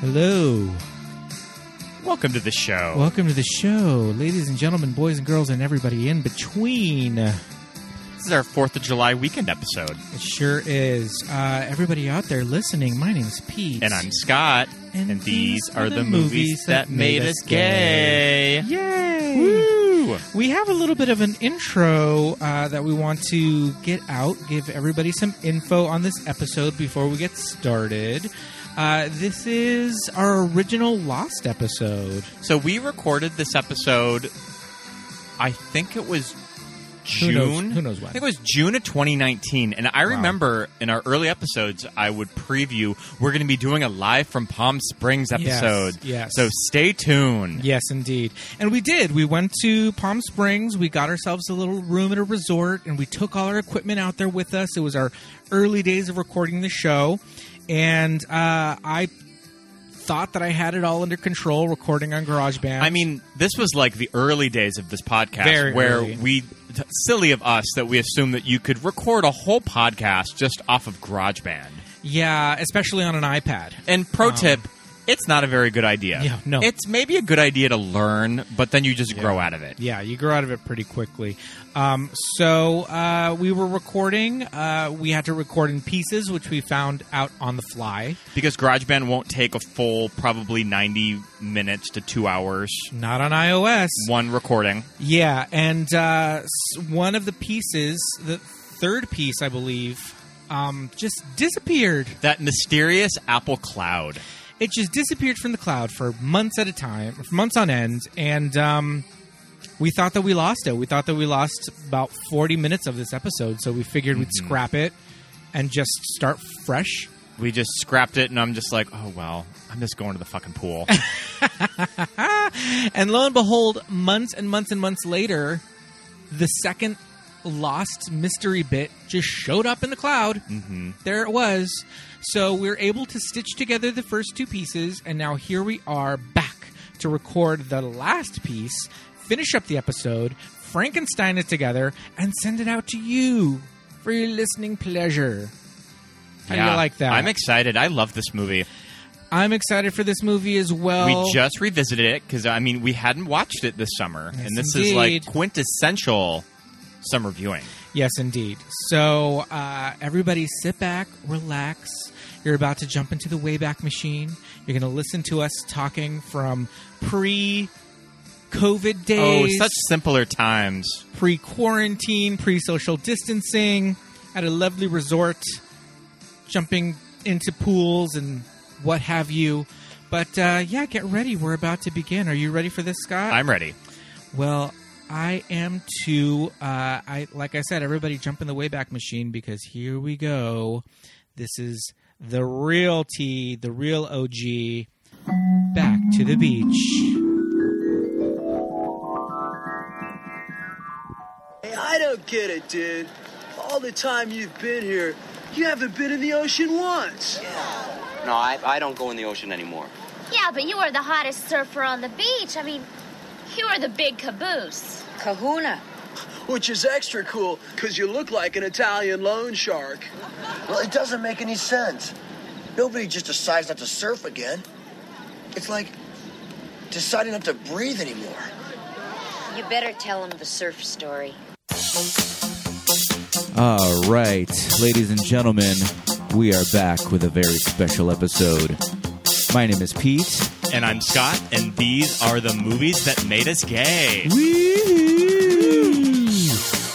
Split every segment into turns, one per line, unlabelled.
Hello.
Welcome to the show.
Welcome to the show, ladies and gentlemen, boys and girls, and everybody in between. It
This is our 4th of July weekend episode.
sure is. Uh, everybody out there listening, my name's Pete.
And I'm Scott. And, these are the movies that made us gay.
Yay!
Woo!
We have a little bit of an intro uh, that we want to get out, give everybody some info on this episode before we get started. Uh, this is our original Lost episode.
So we recorded this episode, I think it was
Who
June.
knows- Who knows
I
what?
think it was June of 2019. And I remember in our early episodes, I would preview we're going to be doing a live from Palm Springs
Yes,
episode.
yes.
So stay tuned.
Yes, indeed. And we did. We went to Palm Springs. We got ourselves a little room at a resort and we took all our equipment out there with us. It was our early days of recording the show. And uh, I thought that I had it all under control recording on GarageBand.
I mean, this was like the early days of this podcast
Very
where
early.
we t- silly of us that we assumed that you could record a whole podcast just off of GarageBand.
yeah, especially on an iPad.
And pro tip, it's not a very good idea.
Um, Yeah, no.
It's maybe a good idea to learn, but then you just grow out of it.
Yeah, you grow out of it pretty quickly. Um, so uh, we were recording. Uh, we had to record in pieces, which we found out on the fly.
Because GarageBand won't take a full probably 90 minutes to 2 hours
Not on iOS.
one recording.
Yeah, and uh, s- one of the pieces, the third piece, I believe, um, just disappeared.
That mysterious Apple Cloud.
It just disappeared from the cloud for months at a time, for months on end, and um, we thought that we lost it. We thought that we lost about forty minutes of this episode, so we figured we'd scrap it and just start fresh.
We just scrapped it and I'm just like, "Oh well, I'm just going to the fucking pool."
And lo and behold, months and months and months later, the second lost mystery bit just showed up in the cloud. Mm-hmm. There it was. So we were able to stitch together the first two pieces, and now here we are back to record the last piece, finish up the episode, Frankenstein it together, and send it out to you for your listening pleasure. How do
Yeah.
you like that?
I'm excited. I love this movie.
I'm excited for this movie as well.
We just revisited it because I mean we hadn't watched it this summer,
Yes,
and this is
indeed.
like quintessential summer viewing.
Yes, indeed. So, uh, everybody sit back, relax. You're about to jump into the Wayback Machine. You're going to listen to us talking from pre COVID
Oh,
days,
such simpler times.
pre quarantine, pre social distancing at a lovely resort, jumping into pools and what have you. But uh, yeah, get ready. We're about to begin. Are you ready for this, Scott?
I'm ready.
Well, I am too. Uh, I like I said, everybody jump in the Wayback Machine because here we go. This is the real T, the real OG. Back to the beach.
Hey, I don't get it, dude. All the time you've been here, you haven't been in the ocean once.
No, I, I don't go in the ocean anymore.
Yeah, but you are the hottest surfer on the beach. I mean, you are the big caboose.
Kahuna.
Which is extra cool, because you look like an Italian loan shark.
Well, it doesn't make any sense. Nobody just decides not to surf again. It's like deciding not to breathe anymore.
You better tell him the surf story.
All right, ladies and gentlemen, we are back with a very special episode. My name is Pete.
And I'm Scott, and these are the movies that made us gay.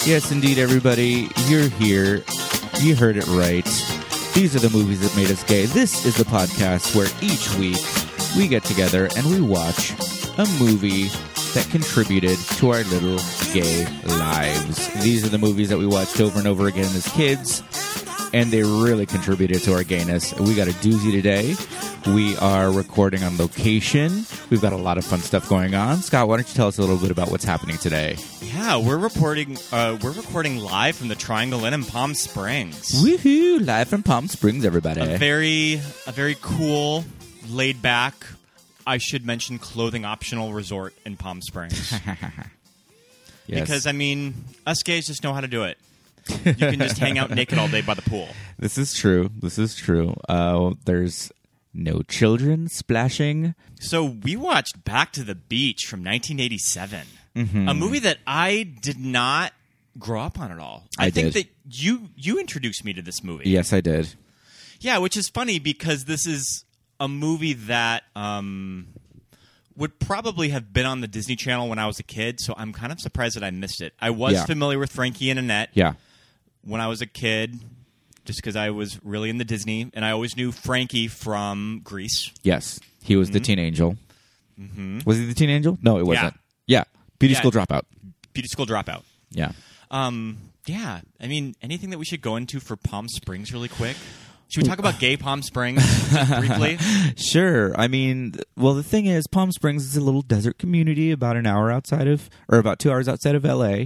Yes, indeed, everybody, you're here. You heard it right. These are the movies that made us gay. This is the podcast where each week we get together and we watch a movie that contributed to our little gay lives. These are the movies that we watched over and over again as kids, and they really contributed to our gayness. We got a doozy today. We are recording on location. We've got a lot of fun stuff going on. Scott, why don't you tell us a little bit about what's happening today?
Yeah, we're reporting. Uh, we're recording live from the Triangle Inn in Palm Springs.
Woohoo! Live from Palm Springs,
a
everybody.
very, a very cool, laid back. I should mention clothing optional resort in Palm Springs
Yes.
because I mean, us gays just know how to do it. You can just hang out naked all day by the pool.
this is true. This is true. Uh, there's
No children splashing.
So we watched Back to the Beach from 1987, a movie that I did not grow up on at all. I,
I
think
did.
that you you introduced me to this movie.
Yes, I did.
Yeah, which is funny because this is a movie that um, would probably have been on the Disney Channel when I was a kid, so I'm kind of surprised that I missed it. I was
Yeah.
familiar with Frankie and Annette
Yeah.
when I was a kid just because I was really into Disney, and I always knew Frankie from Grease.
Yes. He was
Mm-hmm.
the teen angel. Was he the teen angel? No, it wasn't. Yeah. Beauty
Yeah.
school dropout.
Beauty School Dropout.
Yeah.
Um, yeah, I mean, anything that we should go into for Palm Springs really quick? Should we talk about gay Palm Springs just briefly?
Sure. I mean, th- well, the thing is, Palm Springs is a little desert community about an hour outside of, or about two hours outside of LA.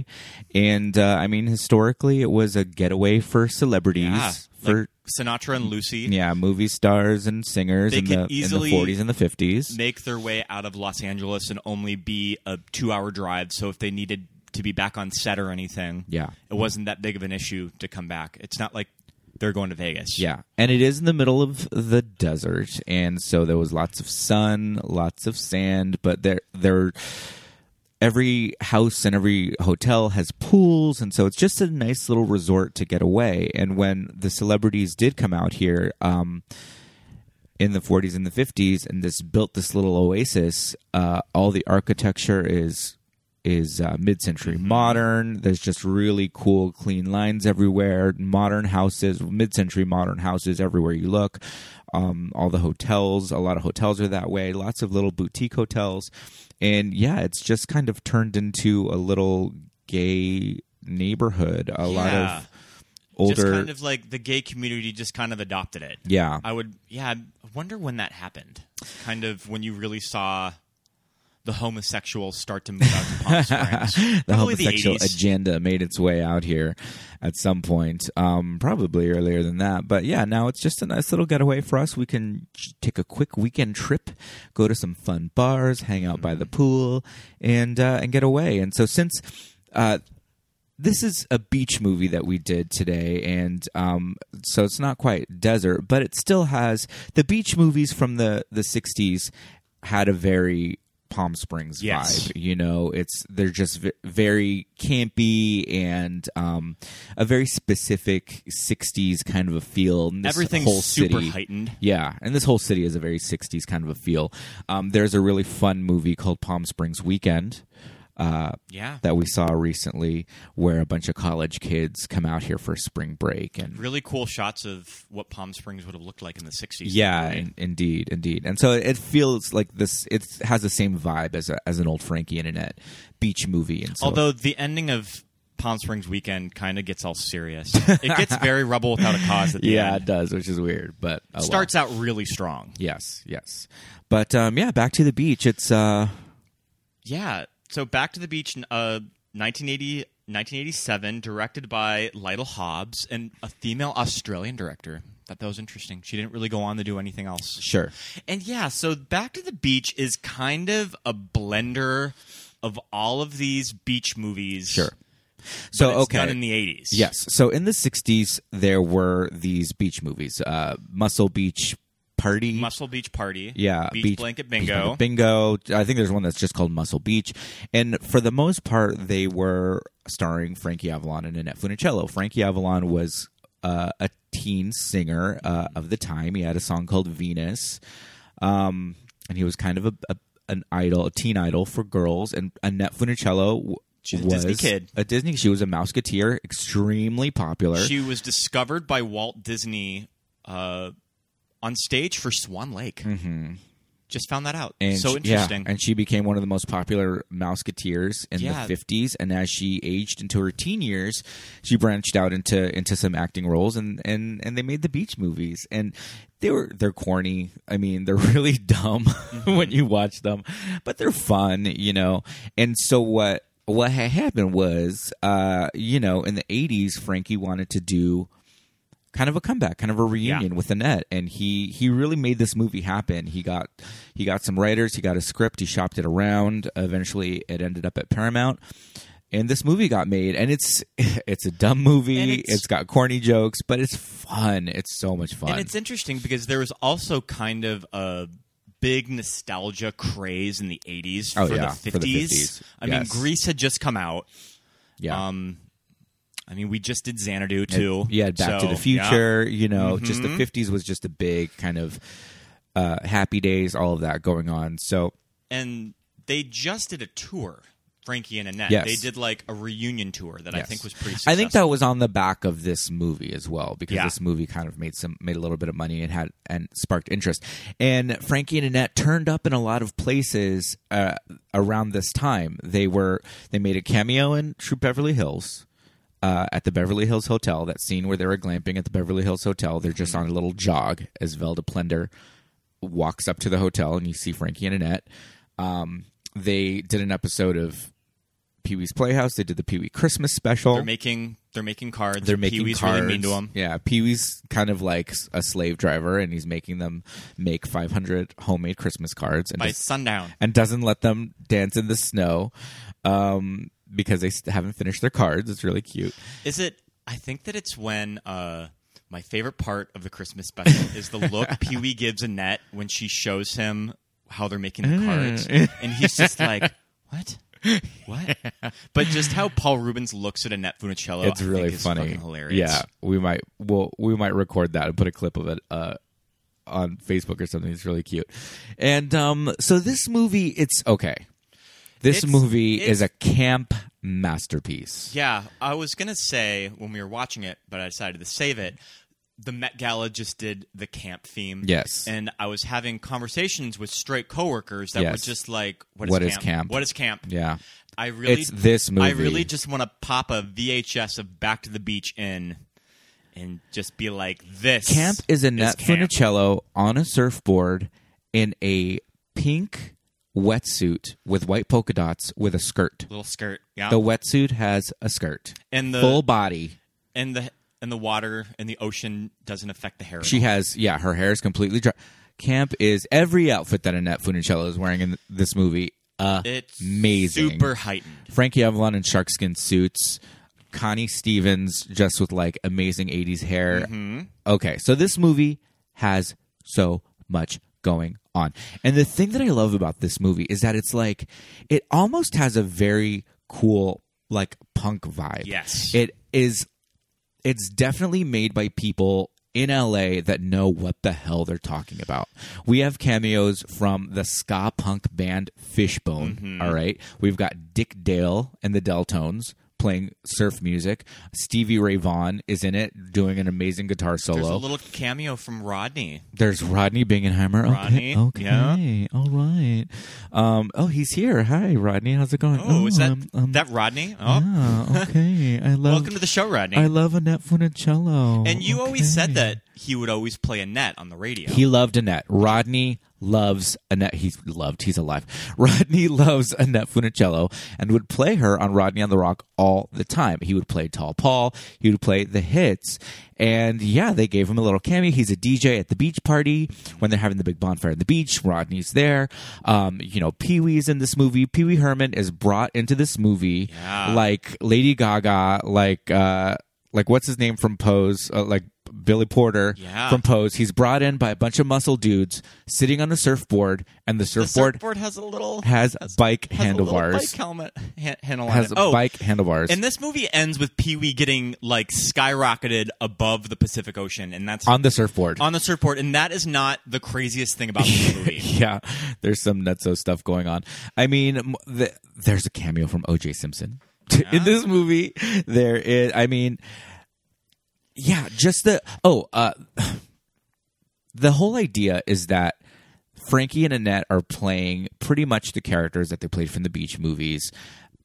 And, uh, I mean, historically, it was a getaway for celebrities,
Yeah,
for,
like Sinatra and Lucy
yeah, movie stars and singers
They
in
could
the,
easily
in the 40s and the 50s.
make their way out of Los Angeles and only be a two-hour drive. So if they needed to be back on set or anything,
Yeah.
it wasn't that big of an issue to come back. It's not like they're going to Vegas.
Yeah, and it is in the middle of the desert, and so there was lots of sun, lots of sand, but there there every house and every hotel has pools, and so it's just a nice little resort to get away. And when the celebrities did come out here, um, in the 40s and the 50s, and this built this little oasis, uh, all the architecture is is uh, mid-century
Mm-hmm.
modern. There's just really cool, clean lines everywhere. Modern houses, mid-century modern houses everywhere you look. Um, all the hotels, a lot of hotels are that way. Lots of little boutique hotels, and yeah, it's just kind of turned into a little gay neighborhood. A lot
Yeah.
of older,
just kind of like the gay community just kind of adopted it.
yeah,
I would, yeah, I wonder when that happened. Kind of when you really saw the homosexuals start to move out to Palm Springs.
the
Probably
homosexual
the 80s.
agenda made its way out here at some point, um, probably earlier than that. But yeah, now it's just a nice little getaway for us. We can j- take a quick weekend trip, go to some fun bars, hang out by the pool, and uh, and get away. And so since. Uh, this is a beach movie that we did today, and um, so it's not quite desert, but it still has the beach movies from the the '60s had a very Palm Springs
Yes.
vibe. You know, it's they're just v- very campy and um, a very specific '60s kind of a feel. And this
Everything's
whole
super
city,
heightened.
yeah, and this whole city is a very '60s kind of a feel. Um, there's a really fun movie called Palm Springs Weekend. Uh,
Yeah.
that we saw recently where a bunch of college kids come out here for spring break and
really cool shots of what Palm Springs would have looked like in the 60s.
yeah
Right?
in, indeed indeed and so it feels like this it has the same vibe as a, as an old frankie internet beach movie and so
Although the ending of Palm Springs Weekend kind of gets all serious. it gets very Rebel Without a Cause at the
yeah it
end.
does which is weird but oh well.
Starts out really strong.
yes yes but um yeah back to the beach it's uh
Yeah. So Back to the Beach, uh, 1980, 1987, directed by Lytle Hobbs, and a female Australian director. Thought that was interesting. She didn't really go on to do anything else.
sure
And yeah, so Back to the Beach is kind of a blender of all of these beach movies.
Sure.
but
So,
it's
okay.
done in the 80s.
Yes. So in the 60s, there were these beach movies uh, Muscle Beach Party.
Muscle Beach Party.
yeah,
Beach, Blanket
Beach
Bingo.
Blanket Bingo. I think there's one that's just called Muscle Beach, and for the most part, they were starring Frankie Avalon and Annette Funicello. Frankie Avalon was uh, a teen singer uh, of the time. He had a song called Venus, um, and he was kind of a, a an idol, a teen idol for girls. And Annette Funicello w-
She's a
was
Disney kid.
a Disney. She was a Mouseketeer, extremely popular.
She was discovered by Walt Disney uh, on stage for Swan Lake. Mm-hmm. Just found that out.
And
so
she-
interesting.
Yeah, and she became one of the most popular Mouseketeers in
Yeah.
the 50s. And as she aged into her teen years, she branched out into into some acting roles, and and and they made the beach movies. And they were they're corny. I mean, they're really dumb
Mm-hmm.
when you watch them, but they're fun, you know. And so what what had happened was, uh, you know, in the 80s, Frankie wanted to do kind of a comeback, kind of a reunion with Annette, and he he really made this movie happen. He got he got some writers, he got a script, he shopped it around. Eventually, it ended up at Paramount, and this movie got made and it's it's a dumb movie
And it's-
it's got corny jokes but it's fun it's so much fun
And it's interesting because there was also kind of a big nostalgia craze in the 80s
Oh,
for,
yeah,
the
for
50s.
the 50s,
I
yes.
mean, Greece had just come out.
yeah
Um, I mean, we just did Xanadu too.
yeah back to
So, Mm-hmm.
the future you know just the 50s was just a big kind of uh, happy days all of that going on so
yeah. And they just did a tour, Frankie and Annette.
Yes.
They did like a reunion tour that I
yes.
think was pretty
I think that
successful.
was on the back of this movie as well because
Yeah.
this movie kind of made some made a little bit of money and had and sparked interest. And Frankie and Annette turned up in a lot of places uh, around this time. They were they made a cameo in True Beverly Hills. Uh, at the Beverly Hills Hotel, that scene where they were glamping at the Beverly Hills Hotel, they're just
Mm-hmm.
on a little jog as Velda Plender walks up to the hotel and you see Frankie and Annette. Um, they did an episode of Pee Wee's Playhouse. They did the Pee Wee Christmas special.
They're making they're making cards.
They're making
Pee-wee's
cards.
really mean to them.
Yeah, Pee Wee's kind of like s- a slave driver, and he's making them make 500 homemade Christmas cards and
By
does-
sundown,
and doesn't let them dance in the snow um, because they s- haven't finished their cards. It's really cute.
Is it? I think that it's when uh, my favorite part of the Christmas special is the look Pee Wee gives Annette when she shows him how they're making the cards,
Mm.
and he's just like, "What? What?" But just how Paul Rubens looks at Annette Funicello,
It's
I
really
think is
funny.
fucking hilarious.
Yeah, we might well we might record that and put a clip of it uh, on Facebook or something. It's really cute. And um, so this movie, it's okay. This
It's-
movie
it's-
is a camp masterpiece.
yeah. I was gonna say when we were watching it, but I decided to save it. The Met Gala just did the camp theme.
Yes.
And I was having conversations with straight coworkers that were
Yes.
just like, what is,
What is
camp?
camp?
What is camp?
Yeah.
I really
It's this
I
movie.
really just want to pop a VHS of Back to the Beach in and just be like this.
Camp is Annette
camp.
Funicello on a surfboard in a pink wetsuit with white polka dots with a skirt.
little skirt. Yeah.
The wetsuit has a skirt.
and the
Full body.
and the and the water and the ocean doesn't affect the hair. at
She
all.
has, yeah, her hair is completely dry. Camp is every outfit that Annette Funicello is wearing in this movie. Uh,
it's
amazing.
super heightened.
Frankie Avalon in sharkskin suits. Connie Stevens just with like amazing 80s hair. Okay, so this movie has so much going on. And the thing that I love about this movie is that it's like, it almost has a very cool, like punk vibe.
Yes.
It is, it's definitely made by people in LA that know what the hell they're talking about. We have cameos from the ska punk band Fishbone.
Mm-hmm.
all right. We've got Dick Dale and the Deltones playing surf music. Stevie Ray Vaughan is in it doing an amazing guitar solo.
There's a little cameo from Rodney.
There's Rodney Bingenheimer.
Rodney,
Okay.
yeah.
okay, All right. Um, oh, he's here. Hi, Rodney. How's it going?
Oh, is that
I'm- I'm-
that Rodney? Oh,
um, yeah, okay. I love.
welcome to the show, Rodney.
I love Annette Funicello.
and you always
Okay.
said that he would always play Annette on the radio.
He loved Annette. Rodney loves Annette. He's loved. He's alive. Rodney loves Annette Funicello and would play her on Rodney on the Rock all the time. He would play Tall Paul. He would play the hits. And yeah, they gave him a little cameo. He's a DJ at the beach party when they're having the big bonfire at the beach. Rodney's there. Um, you know, Pee Wee's in this movie. Pee Wee Herman is brought into this movie like Lady Gaga, like, uh, like what's his name from Pose, uh, like Billy Porter
Yeah.
from Pose. He's brought in by a bunch of muscle dudes sitting on a surfboard, and the
the
surfboard,
surfboard has a little
has bike
has a little
handlebars.
bike helmet ha- handle on
has
it. Oh,
bike handlebars.
And this movie ends with Pee Wee getting like skyrocketed above the Pacific Ocean, and that's
on the surfboard.
on the surfboard. And that is not the craziest thing about the movie.
yeah, there's some nutso stuff going on. I mean, m- the, there's a cameo from O.J. Simpson in this movie. There is, I mean, yeah, just the oh, uh, the whole idea is that Frankie and Annette are playing pretty much the characters that they played from the beach movies,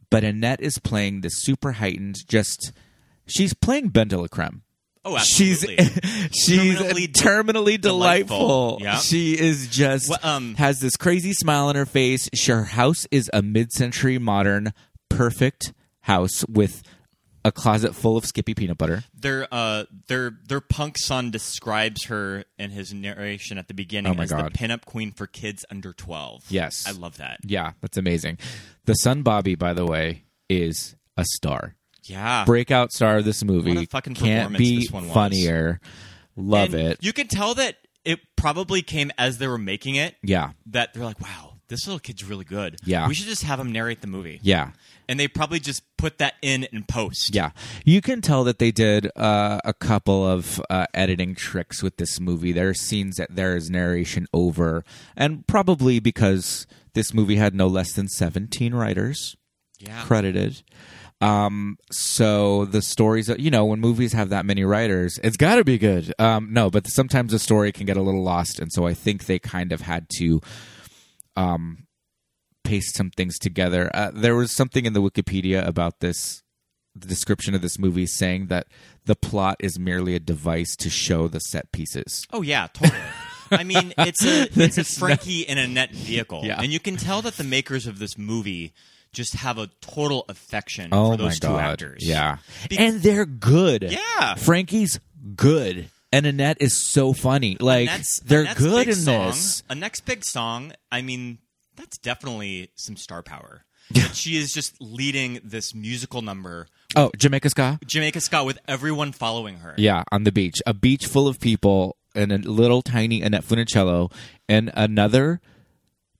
but Annette is playing the super heightened. Just she's playing Ben de la Creme.
Oh,
She's
absolutely.
she's
Terminally
terminally,
de-
delightful.
delightful. Yeah.
She is just
Well, um,
has this crazy smile on her face. She- Her house is a mid-century modern perfect house with a closet full of Skippy peanut butter.
their uh, their their punk son describes her in his narration at the beginning
Oh, my
as
God.
the pinup queen for kids under twelve.
Yes.
I love that.
Yeah, that's amazing. The son Bobby, by the way, is a star.
Yeah.
Breakout star of this movie.
What a fucking
Can't
performance
be
this one was.
funnier. Love
And
it.
You can tell that it probably came as they were making it
yeah.
that they're like, wow, this little kid's really good.
Yeah.
We should just have him narrate the movie.
Yeah.
And they probably just put that in and post.
Yeah, you can tell that they did uh, a couple of uh, editing tricks with this movie. There are scenes that there is narration over, and probably because this movie had no less than seventeen writers
Yeah.
credited. Um, so the stories that you know, when movies have that many writers, it's got to be good. Um, no, but sometimes the story can get a little lost, and so I think they kind of had to um, paste some things together. Uh, there was something in the Wikipedia about this, the description of this movie, saying that the plot is merely a device to show the set pieces.
Oh yeah, totally. I mean, it's a it's a
There's no-
Frankie in a net vehicle,
Yeah.
and you can tell that the makers of this movie just have a total affection
Oh
for those
my
two
god!
actors.
Yeah,
Be-
and they're good.
Yeah.
Frankie's good, and Annette is so funny. Like
That's
they're
Annette's
good in
big song,
this.
A next big song. I mean, that's definitely some star power. That she is just leading this musical number,
Oh, Jamaica ska.
Jamaica Scott, with everyone following her.
Yeah, on the beach, a beach full of people, and a little tiny Annette Funicello, and another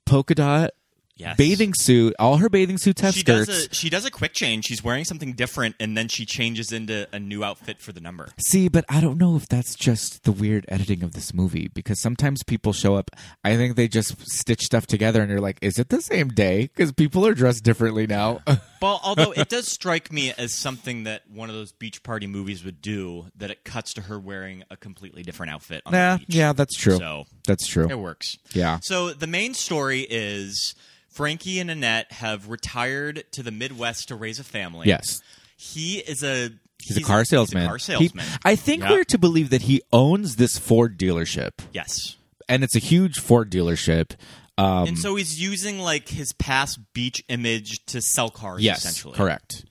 polka dot
Yes.
bathing suit. All her bathing suits have
She
skirts.
does a she does a quick change. She's wearing something different, and then she changes into a new outfit for the number.
See, but I don't know if that's just the weird editing of this movie because sometimes people show up. I think they just stitch stuff together, and you're like, "Is it the same day?" Because people are dressed differently now.
Well, although it does strike me as something that one of those beach party movies would do, that it cuts to her wearing a completely different outfit on
nah,
the beach.
yeah, that's true.
So
that's true.
it works.
Yeah.
So the main story is Frankie and Annette have retired to the Midwest to raise a family.
Yes,
He is a
he's, a car salesman.
He's a car
He-
salesman.
I think
Yeah.
we're to believe that he owns this Ford dealership,
yes.
and it's a huge Ford dealership. Um,
and so he's using like his past beach image to sell cars
Yes,
essentially.
correct.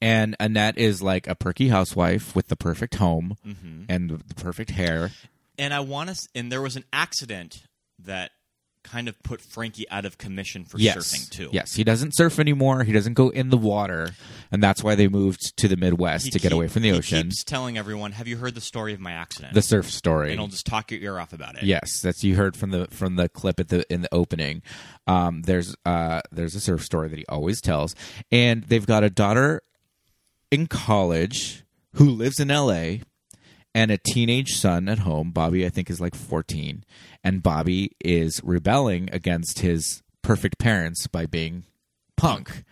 And Annette is like a perky housewife with the perfect home
Mm-hmm.
and the perfect hair.
and I want to. And there was an accident that kind of put Frankie out of commission for
yes.
surfing too.
Yes, he doesn't surf anymore. He doesn't go in the water, and that's why they moved to the Midwest
He
to get
keep-
away from the
he
ocean.
keeps telling everyone, "Have you heard the story of my accident?"
The surf story.
and I'll just talk your ear off about it.
Yes, that's you heard from the from the clip at the in the opening. Um, there's uh, there's a surf story that he always tells, and they've got a daughter in college who lives in L.A. and a teenage son at home. Bobby, I think, is like 14, and Bobby is rebelling against his perfect parents by being punk.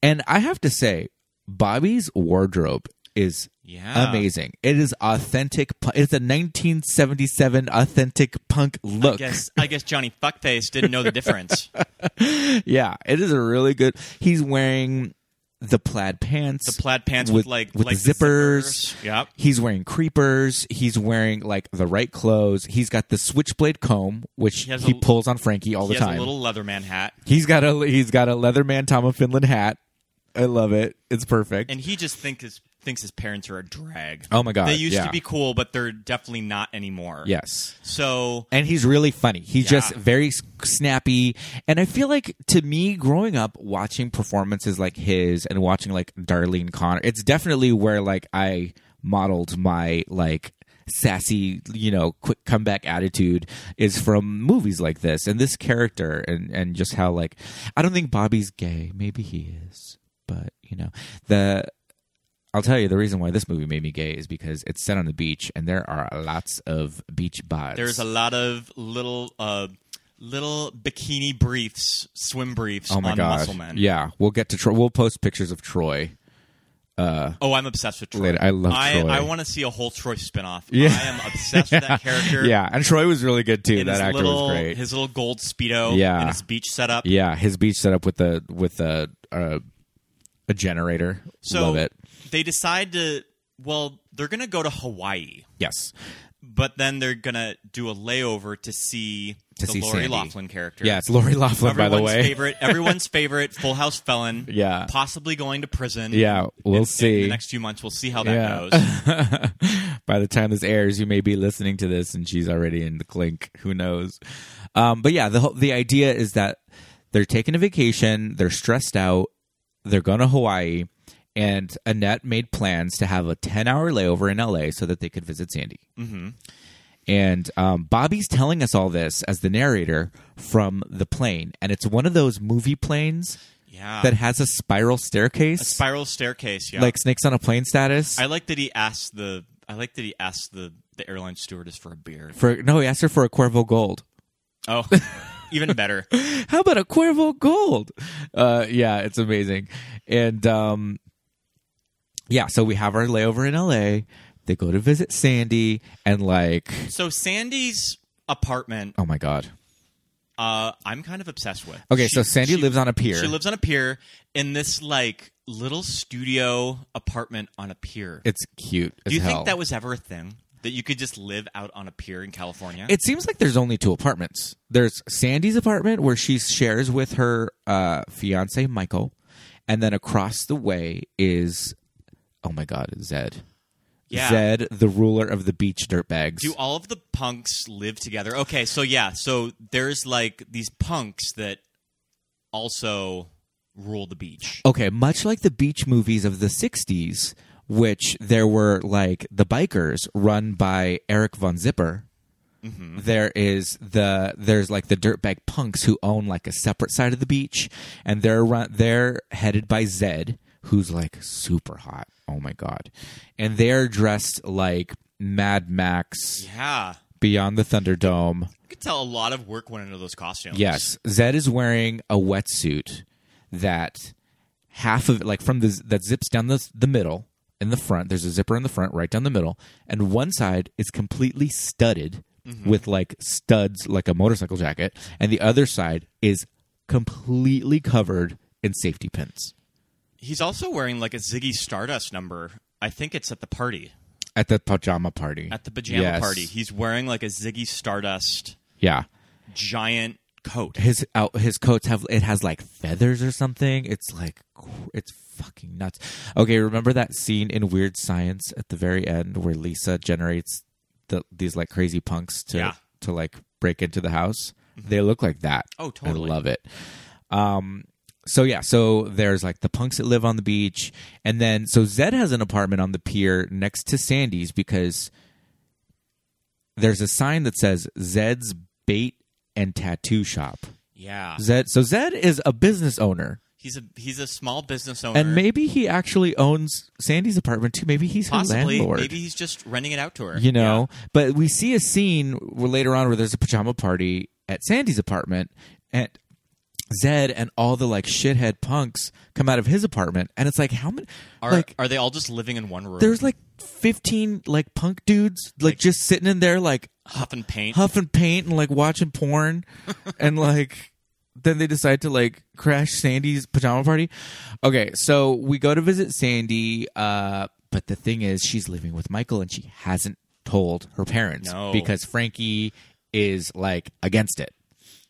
And I have to say, Bobby's wardrobe is
Yeah.
amazing. It is authentic. pu- It's a 1977 authentic punk
I
look.
guess I guess Johnny Fuckface didn't know the difference.
Yeah, it is a really good. He's wearing the plaid pants,
The plaid pants with, like-
with
like the
zippers.
zippers. Yep.
He's wearing creepers. He's wearing like the right clothes. He's got the switchblade comb, which
He
he,
has a-
pulls on Frankie all
he
the
has
time.
a little Leatherman hat,
He's got a he's got a Leatherman Tom of Finland hat. I love it. It's perfect.
and he just think his, thinks his parents are a drag.
Oh my God,
They used
yeah.
to be cool, but they're definitely not anymore.
yes.
So
and he's really funny. He's
Yeah.
just very s- snappy, and I feel like to me, growing up watching performances like his and watching like Darlene Connor, it's definitely where like I modeled my like sassy, you know, quick comeback attitude is from movies like this and this character, and and just how like I don't think Bobby's gay. Maybe he is, but you know the. I'll tell you the reason why this movie made me gay is because it's set on the beach and there are lots of beach bods.
there's a lot of little uh, little bikini briefs, swim briefs
Oh my
on
god!
muscle men.
Yeah, we'll get to Troy. We'll post pictures of Troy.
Oh, I'm obsessed with Troy.
Later, I love
I,
Troy.
I want to see a whole Troy spinoff.
Yeah.
I am obsessed with that character.
Yeah, and Troy was really good too.
And
that
his
actor
little,
was great.
His little gold speedo.
Yeah.
And his beach setup.
yeah, his beach setup with the with the uh, a generator.
So
Love it.
they decide to. Well, they're gonna go to Hawaii,
Yes.
but then they're gonna do a layover to see
To
the
see
Lori
Sandy.
Laughlin character.
Yeah, it's Lori Laughlin, by
everyone's
the way.
favorite. Everyone's favorite Full House felon.
Yeah.
possibly going to prison.
Yeah, we'll
in-
see.
In the next few months, we'll see how that
Yeah.
goes.
By the time this airs, you may be listening to this, and she's already in the clink. Who knows? Um, but yeah, the whole- the idea is that they're taking a vacation. They're stressed out. They're going to Hawaii, And Annette made plans to have a 10 hour layover in LA so that they could visit Sandy. Mm-hmm. And um, Bobby's telling us all this as the narrator from the plane. And it's one of those movie planes
Yeah.
that has a spiral staircase,
Ah. a spiral staircase. Yeah.
like Snakes on a Plane status.
I like that he asked the. I like that he asked the the airline stewardess for a beer.
for No, he asked her for a Cuervo Gold.
Oh, even better.
How about a Cuervo Gold? Uh, yeah, it's amazing. And um, yeah, so we have our layover in LA. They go to visit Sandy, and like,
So Sandy's apartment,
oh my god.
uh, I'm kind of obsessed with.
Okay,
She-
so Sandy
she-
lives on a pier.
She lives on a pier in this like little studio apartment on a pier.
It's cute. As
Do you
hell.
think that was ever a thing that you could just live out on a pier in California?
It seems like there's only two apartments. There's Sandy's apartment where she shares with her uh, fiance Michael, and then across the way is, oh my god, Zed.
yeah.
Zed, the ruler of the beach dirtbags.
Do all of the punks live together? Okay, so yeah, so there's like these punks that also rule the beach.
Okay, much like the beach movies of the 60s, which there were like the bikers run by Eric von Zipper. There is the there's like the dirtbag punks who own like a separate side of the beach, and they're run, they're headed by Zed, who's like super hot. Oh my god! And they're dressed like Mad Max
Yeah.
Beyond the Thunderdome.
You could tell a lot of work went into those costumes.
Yes, Zed is wearing a wetsuit that half of like from the that zips down the the middle in the front. There's a zipper in the front, right down the middle, and one side is completely studded
Mm-hmm.
with like studs, like a motorcycle jacket, and the other side is completely covered in safety pins.
He's also wearing like a Ziggy Stardust number. I think it's at the party.
At the pajama party.
At the pajama
Yes.
party. He's wearing like a Ziggy Stardust
Yeah.
giant coat.
his out his coats have it has like feathers or something. It's like cr- it's fucking nuts. Okay, remember that scene in Weird Science at the very end where Lisa generates the these like crazy punks to
Yeah.
to like break into the house? They look like that.
Oh, totally.
I love it. Um so yeah, so there's like the punks that live on the beach and then so Zed has an apartment on the pier next to Sandy's because there's a sign that says Zed's bait and tattoo shop.
Yeah.
Zed. So Zed is a business owner,
He's a he's a small business owner.
and maybe he actually owns Sandy's apartment too. Maybe he's her
possibly
landlord.
maybe he's just renting it out to her.
you know, but we see a scene where later on where there's a pajama party at Sandy's apartment, and Zed and all the like shithead punks come out of his apartment, and it's like how many
Are
like
are they all just living in one room?
there's like fifteen like punk dudes like, just sitting in there like
huffing paint.
huffing paint and like watching porn and like then they decide to like crash Sandy's pajama party. Okay, so we go to visit Sandy, uh, but the thing is she's living with Michael and she hasn't told her parents
No.
because Frankie is like against it.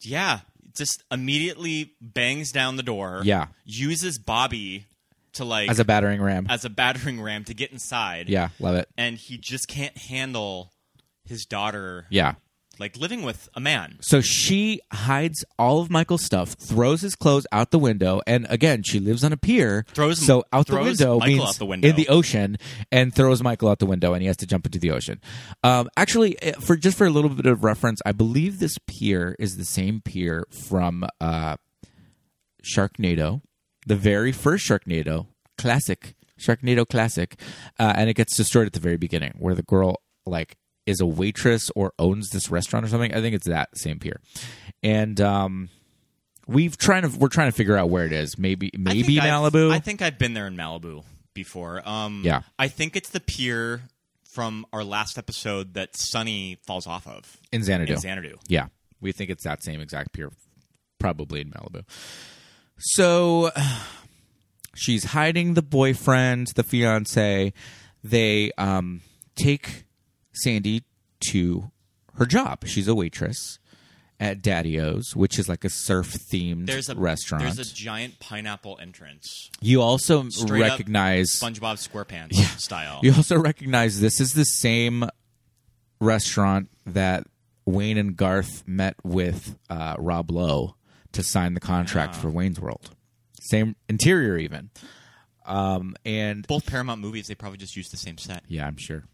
Yeah. Just immediately bangs down the door.
Yeah.
Uses Bobby to like
As a battering ram.
as a battering ram to get inside.
yeah, love it.
And he just can't handle his daughter
Yeah.
like living with a man.
So she hides all of Michael's stuff, throws his clothes out the window, and again she lives on a pier.
Throws-
so out the
throws
window
Michael
means
out the window.
in the ocean, and throws Michael out the window, and he has to jump into the ocean. Um, actually, eh, for just for a little bit of reference, I believe this pier is the same pier from uh, Sharknado, the very first Sharknado classic, Sharknado classic, uh, and it gets destroyed at the very beginning, where the girl like is a waitress or owns this restaurant or something. I think it's that same pier, and um, we've trying to we're trying to figure out where it is. Maybe
I think
maybe
I've-
Malibu.
I think I've been there in Malibu before. Um,
Yeah.
I think it's the pier from our last episode that Sunny falls off of
in Xanadu.
in Xanadu.
Yeah, we think it's that same exact pier, probably in Malibu. So she's hiding the boyfriend, the fiance. They um, take Sandy to her job. She's a waitress at Daddy O's, which is like a surf themed
There's a
restaurant.
There's a giant pineapple entrance,
you also
Straight up
recognize
SpongeBob SquarePants style.
you also recognize this is the same restaurant that Wayne and Garth met with uh, Rob Lowe to sign the contract for Wayne's World. Same interior, even. Um, and
Both Paramount movies, they probably just used the same set.
yeah, I'm sure.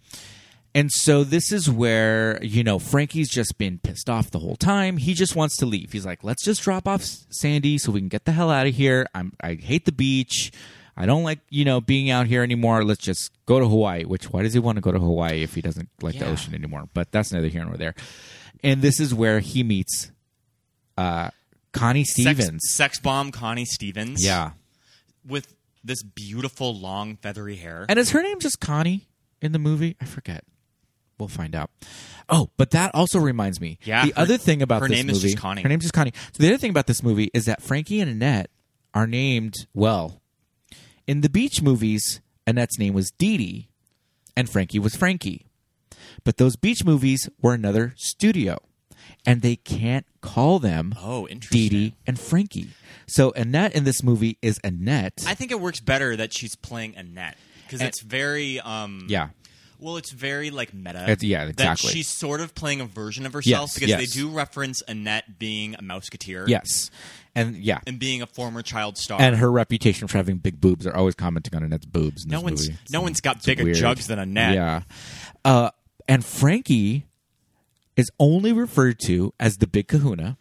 And so this is where, you know, Frankie's just been pissed off the whole time. He just wants to leave. He's like, "Let's just drop off S- Sandy so we can get the hell out of here. I'm I hate the beach. I don't like, you know, being out here anymore. Let's just go to Hawaii." Which why does he want to go to Hawaii if he doesn't like the
Yeah.
ocean anymore? But that's neither here nor there. And this is where he meets uh Connie Stevens.
Sex, sex bomb Connie Stevens.
Yeah.
With this beautiful long feathery hair.
And is her name just Connie in the movie? I forget. We'll find out. Oh, but that also reminds me.
Yeah,
The
her-
other thing about
her
this
name is
movie,
just Connie.
her name's just Connie. So the other thing about this movie is that Frankie and Annette are named well. In the beach movies, Annette's name was Dee Dee, and Frankie was Frankie. But those beach movies were another studio, and they can't call them
oh,
Dee
interesting.
Dee and Frankie. So Annette in this movie is Annette.
I think it works better that she's playing Annette because
And-
it's very um
yeah.
Well, it's very like meta.
It's- yeah, exactly.
That she's sort of playing a version of herself
Yes,
because
yes.
they do reference Annette being a mouseketeer.
Yes. And yeah.
And being a former child star.
and her reputation for having big boobs are always commenting on Annette's boobs. In
no
this
one's
movie.
no one's got
It's
bigger
weird.
jugs than Annette.
Yeah, uh, and Frankie is only referred to as the Big Kahuna.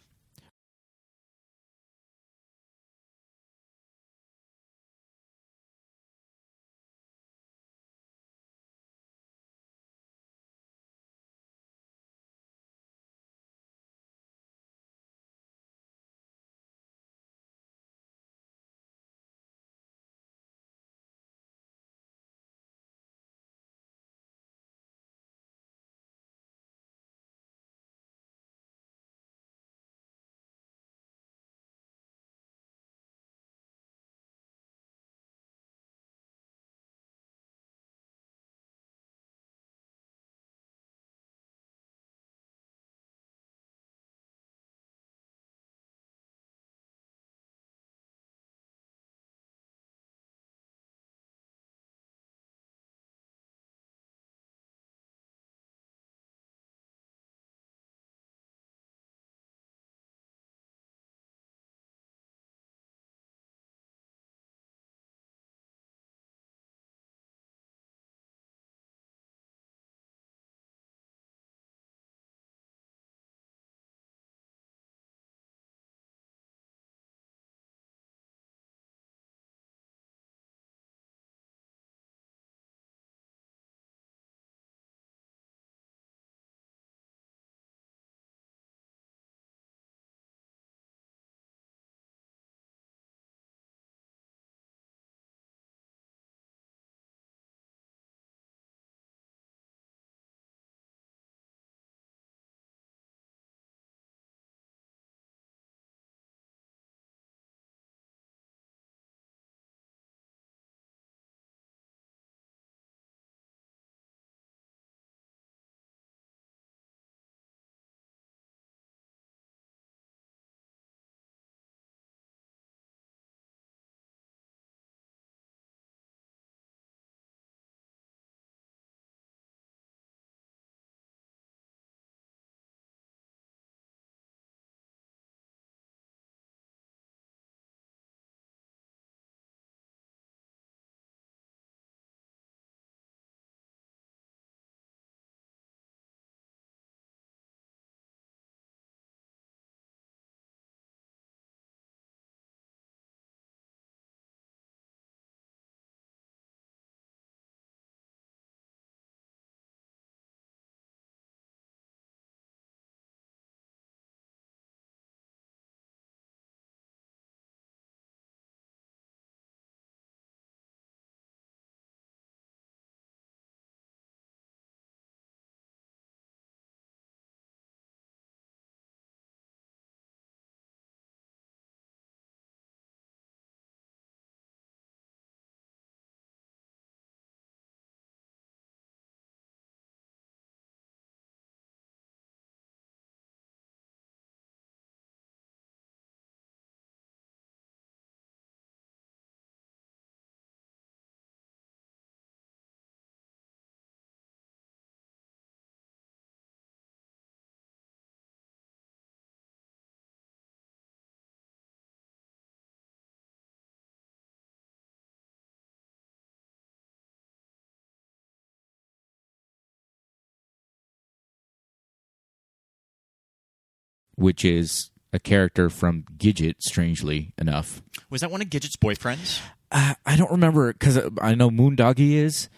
which is a character from Gidget, strangely enough.
Was that one of Gidget's boyfriends?
I, Uh, I don't remember because I know Moondoggy is.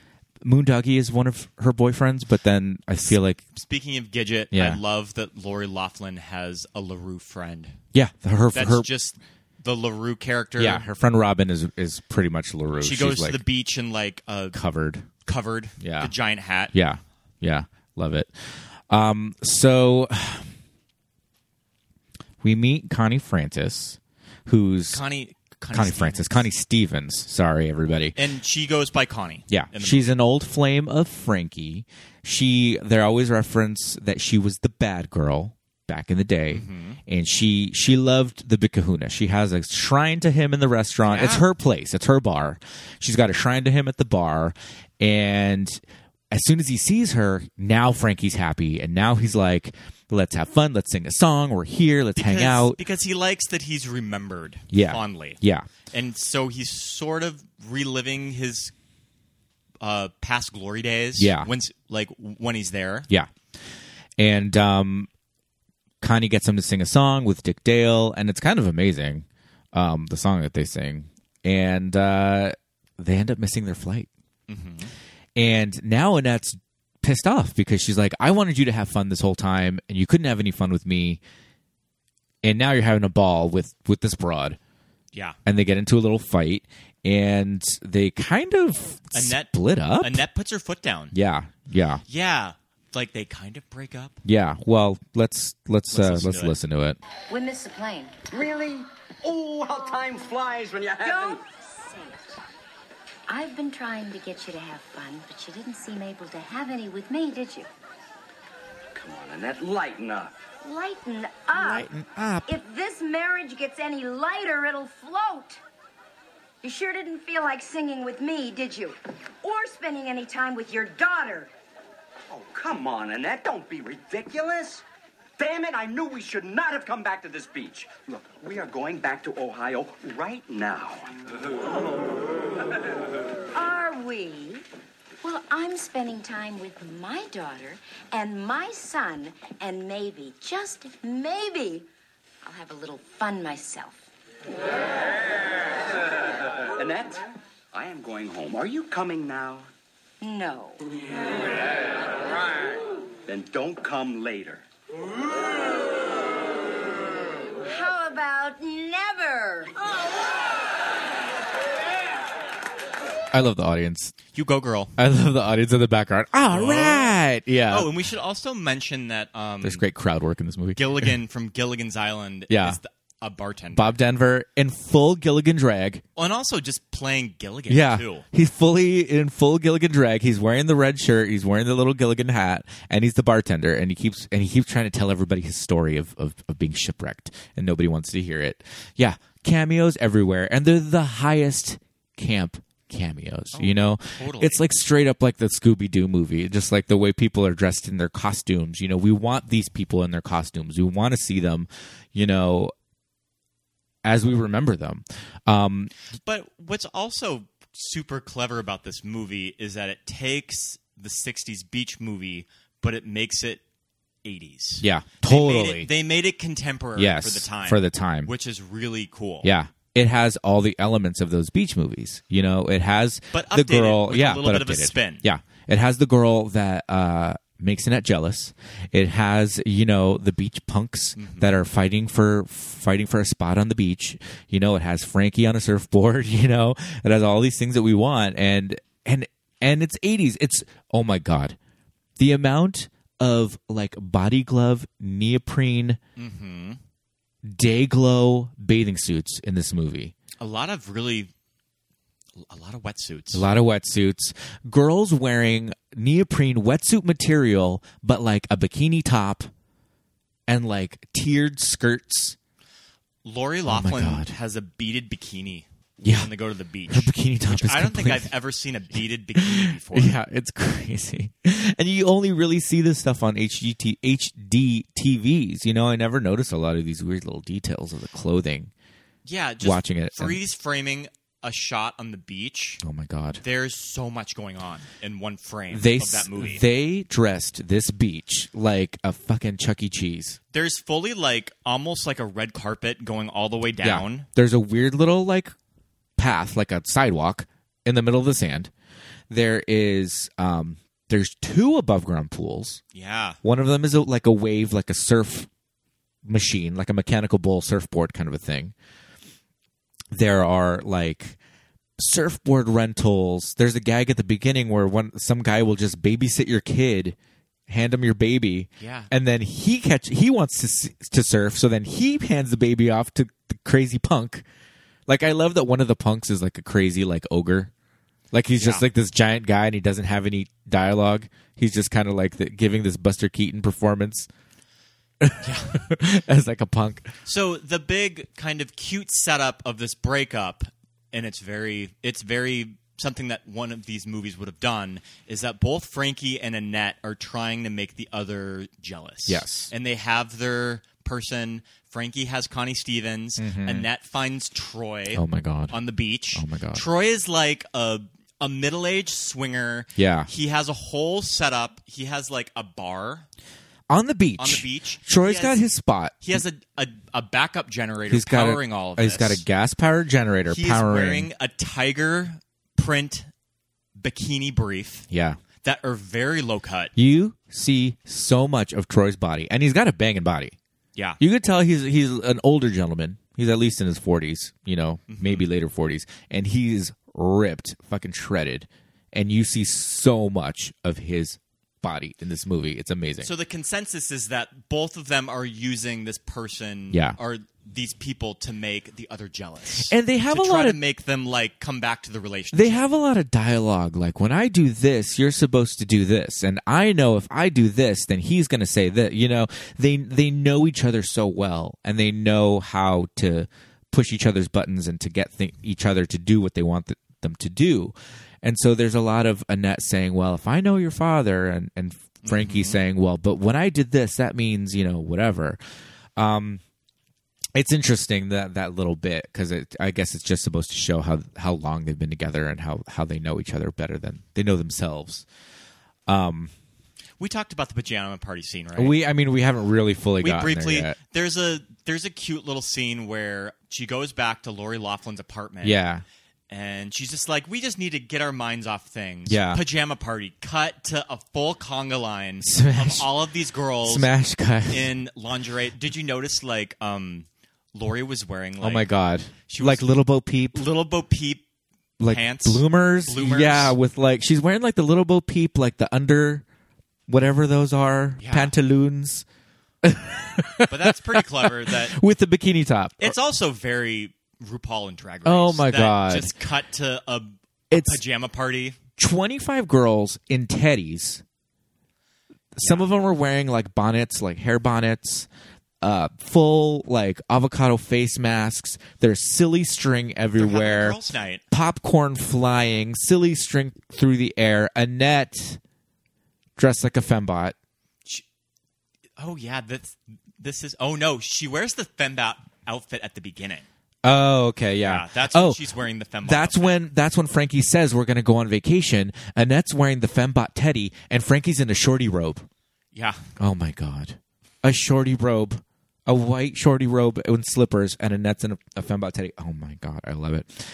Moondoggy is one of her boyfriends, but then I feel like
Speaking of Gidget,
Yeah.
I love that Lori Laughlin has a LaRue friend.
yeah, her
That's
her
just the LaRue character.
yeah her friend Robin is is pretty much Larue.
She
She's
goes
like
to the beach and like uh,
covered.
covered
Yeah.
the giant hat.
Yeah, yeah, love it. Um, so we meet Connie Francis, who's
Connie Connie,
Connie
Stevens.
Francis, Connie Stevens. Sorry, everybody.
and she goes by Connie.
Yeah,
in the
she's an old flame of Frankie. She they always reference that she was the bad girl back in the day,
Mm-hmm.
and she she loved the Big Kahuna. She has a shrine to him in the restaurant. It's her place. It's her bar. She's got a shrine to him at the bar, and as soon as he sees her, now Frankie's happy, and now he's like, "Let's have fun. Let's sing a song. We're here. Let's hang
Because-
out."
because he likes that he's remembered
Yeah,
fondly.
Yeah,
and so he's sort of reliving his uh, past glory days.
Yeah.
when like when he's there.
Yeah. And um, Connie gets him to sing a song with Dick Dale, and it's kind of amazing, um, the song that they sing. And uh, they end up missing their flight. And now Annette's pissed off because she's like, I wanted you to have fun this whole time, and you couldn't have any fun with me. And now you're having a ball with, with this broad.
Yeah,
And they get into a little fight, and they kind of
Annette-
split up.
Annette puts her foot down.
yeah, yeah.
Yeah, like they kind of break up.
Yeah. Well, let's let's
Let's
uh,
listen
let's
to it.
listen to it.
We missed the plane.
Really? Oh, how time flies when you're having.
I've been trying to get you to have fun, but you didn't seem able to have any with me, did you?
Come on, Annette, lighten up.
Lighten up. Lighten up. If this marriage gets any lighter, it'll float. You sure didn't feel like singing with me, did you? Or spending any time with your daughter.
Oh, come on, Annette, don't be ridiculous. Damn it, I knew we should not have come back to this beach. Look, we are going back to Ohio right now.
Are we? Well, I'm spending time with my daughter and my son, and maybe, just maybe, I'll have a little fun myself.
Annette, I am going home. Are you coming now?
No.
Then don't come later.
How about never?
I love the audience.
You go, girl.
I love the audience in the background. All right, Yeah.
oh, and we should also mention that um,
There's great crowd work in this movie.
Gilligan from Gilligan's Island
Yeah.
is the, a bartender,
Bob Denver in full Gilligan drag.
and also just playing Gilligan
Yeah.
too.
He's fully in full Gilligan drag. He's wearing the red shirt, he's wearing the little Gilligan hat, and he's the bartender and he keeps and he keeps trying to tell everybody his story of of, of being shipwrecked and nobody wants to hear it. Yeah. Cameos everywhere and they're the highest camp cameos, you know?
Oh, totally.
It's like straight up like the Scooby Doo movie, just like the way people are dressed in their costumes. You know, we want these people in their costumes. We want to see them, you know, as we remember them. Um,
But what's also super clever about this movie is that it takes the 60s beach movie, but it makes it 80s.
yeah,
They made it-
totally.
They made it, contemporary
Yes,
for the time.
for the time.
Which is really cool.
yeah. It has all the elements of those beach movies. You know, it has
But
the
updated
girl,
with a
yeah,
little
but
bit of a
updated.
spin.
Yeah. It has the girl that uh makes Annette jealous. It has, you know, the beach punks
Mm-hmm.
that are fighting for fighting for a spot on the beach. You know, it has Frankie on a surfboard, you know. It has all these things that we want and and and it's 80s. It's oh my god. The amount of like body glove, neoprene,
Mm-hmm.
day glow bathing suits in this movie.
A lot of really, a lot of wetsuits.
A lot of wetsuits. Girls wearing neoprene wetsuit material, but like a bikini top and like tiered skirts.
Lori Laughlin
Oh God.
has a beaded bikini
Yeah.
when they go to the beach.
Her bikini top
which
is
I don't think
completely-
I've ever seen a beaded bikini before.
Yeah, it's crazy. And you only really see this stuff on HGT, HD TVs. You know, I never noticed a lot of these weird little details of the clothing.
Yeah, just
watching it and-
Freeze framing a shot on the beach,
Oh my god.
there's so much going on in one frame
They
of that
s-
movie.
they dressed this beach like a fucking Chuck E. Cheese.
there's fully like almost like a red carpet going all the way down.
There's a weird little like path, like a sidewalk in the middle of the sand. There is um there's two above ground pools.
Yeah.
One of them is a, like a wave, like a surf machine, like a mechanical bull surfboard kind of a thing. There are like surfboard rentals. There's a gag at the beginning where one some guy will just babysit your kid, hand him your baby,
Yeah.
and then he catch he wants to s- to surf, so then he hands the baby off to the crazy punk. Like I love that one of the punks is like a crazy like ogre. Like he's just
Yeah.
like this giant guy, and he doesn't have any dialogue. He's just kind of like the, giving this Buster Keaton performance as like a punk.
So the big kind of cute setup of this breakup, and it's very it's very something that one of these movies would have done is that both Frankie and Annette are trying to make the other jealous.
Yes.
And they have their person. Frankie has Connie Stevens. Annette finds Troy
Mm-hmm. Oh my god!
on the beach.
Oh my God.
Troy is like a a middle aged swinger.
Yeah.
He has a whole setup. He has like a bar.
On the beach.
On the beach.
Troy's
He
got
has-
his spot.
He has a, a, a backup generator
He's got
powering
a,
all of
He's
this.
got a gas powered generator
He is
powering.
wearing a tiger print bikini brief
yeah.
that are very low cut.
You see so much of Troy's body, and he's got a banging body.
Yeah.
You could tell he's he's an older gentleman. He's at least in his forties, you know,
Mm-hmm.
maybe later forties, and he's ripped, fucking shredded, and you see so much of his body in this movie. It's amazing.
So the consensus is that both of them are using this person
Yeah.
or these people to make the other jealous.
And they have
to
a
try
lot
to
of-
make them like come back to the relationship.
they have a lot of dialogue like when i do this you're supposed to do this and i know if i do this then he's going to say that you know they they know each other so well and they know how to push each other's buttons and to get th- each other to do what they want th- them to do and so there's a lot of annette saying well if i know your father and and frankie saying well but when i did this that means you know whatever it's interesting that that little bit because I guess it's just supposed to show how how long they've been together and how how they know each other better than they know themselves.
we talked about the pajama party scene, right?
We, I mean, we haven't really fully
we
gotten
briefly
there yet.
there's a there's a cute little scene where she goes back to Lori Laughlin's apartment.
Yeah,
And she's just like, we just need to get our minds off things.
Yeah.
Pajama party. Cut to a full conga line
Smash.
of all of these girls
smash cut.
in lingerie. Did you notice like um Lori was wearing
oh
like
my god,
she
like
was-
little Bo Peep,
little Bo Peep
like
pants.
bloomers,
Bloomers.
Yeah, with like she's wearing like the little Bo Peep, like the under whatever those are
Yeah.
pantaloons
But that's pretty clever that
with the bikini top.
it's also very RuPaul and drag race.
Oh my
that
God.
Just cut to a
It's
pajama party.
25 girls in teddies. Some of them are wearing like bonnets, like hair bonnets, uh, full like avocado face masks. There's silly string
Having a
everywhere,
girls' night.
popcorn flying, silly string through the air. Annette dressed like a fembot.
Oh yeah, that's this is. Oh no, she wears the fembot outfit at the beginning.
Oh, okay, yeah.
Yeah, that's
oh,
when she's wearing the fembot.
That's
outfit.
when that's when Frankie says we're going to go on vacation. Annette's wearing the fembot teddy, and Frankie's in a shorty robe.
yeah,
Oh my god. A shorty robe. A white shorty robe and slippers and a nets and a, a fembot teddy. Oh my god, I love it.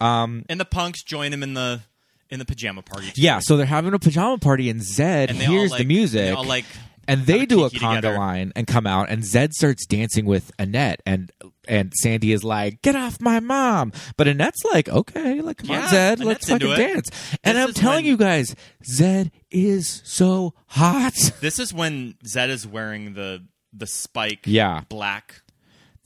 and the punks join him in the in the pajama party. too.
Yeah, so they're having a pajama party and Zed
And they all,
hears the
like-
music.
they all, like,
and they
have a
do a
kiki
conga
together.
line and come out and Zed starts dancing with Annette and and Sandy is like, "Get off my mom." But Annette's like, "Okay, like come on
Yeah,
Zed, let's
Annette's
fucking
into it.
dance." And
This
I'm
is
telling
when-
you guys, Zed is so hot.
This is when Zed is wearing the the spike.
Yeah.
black.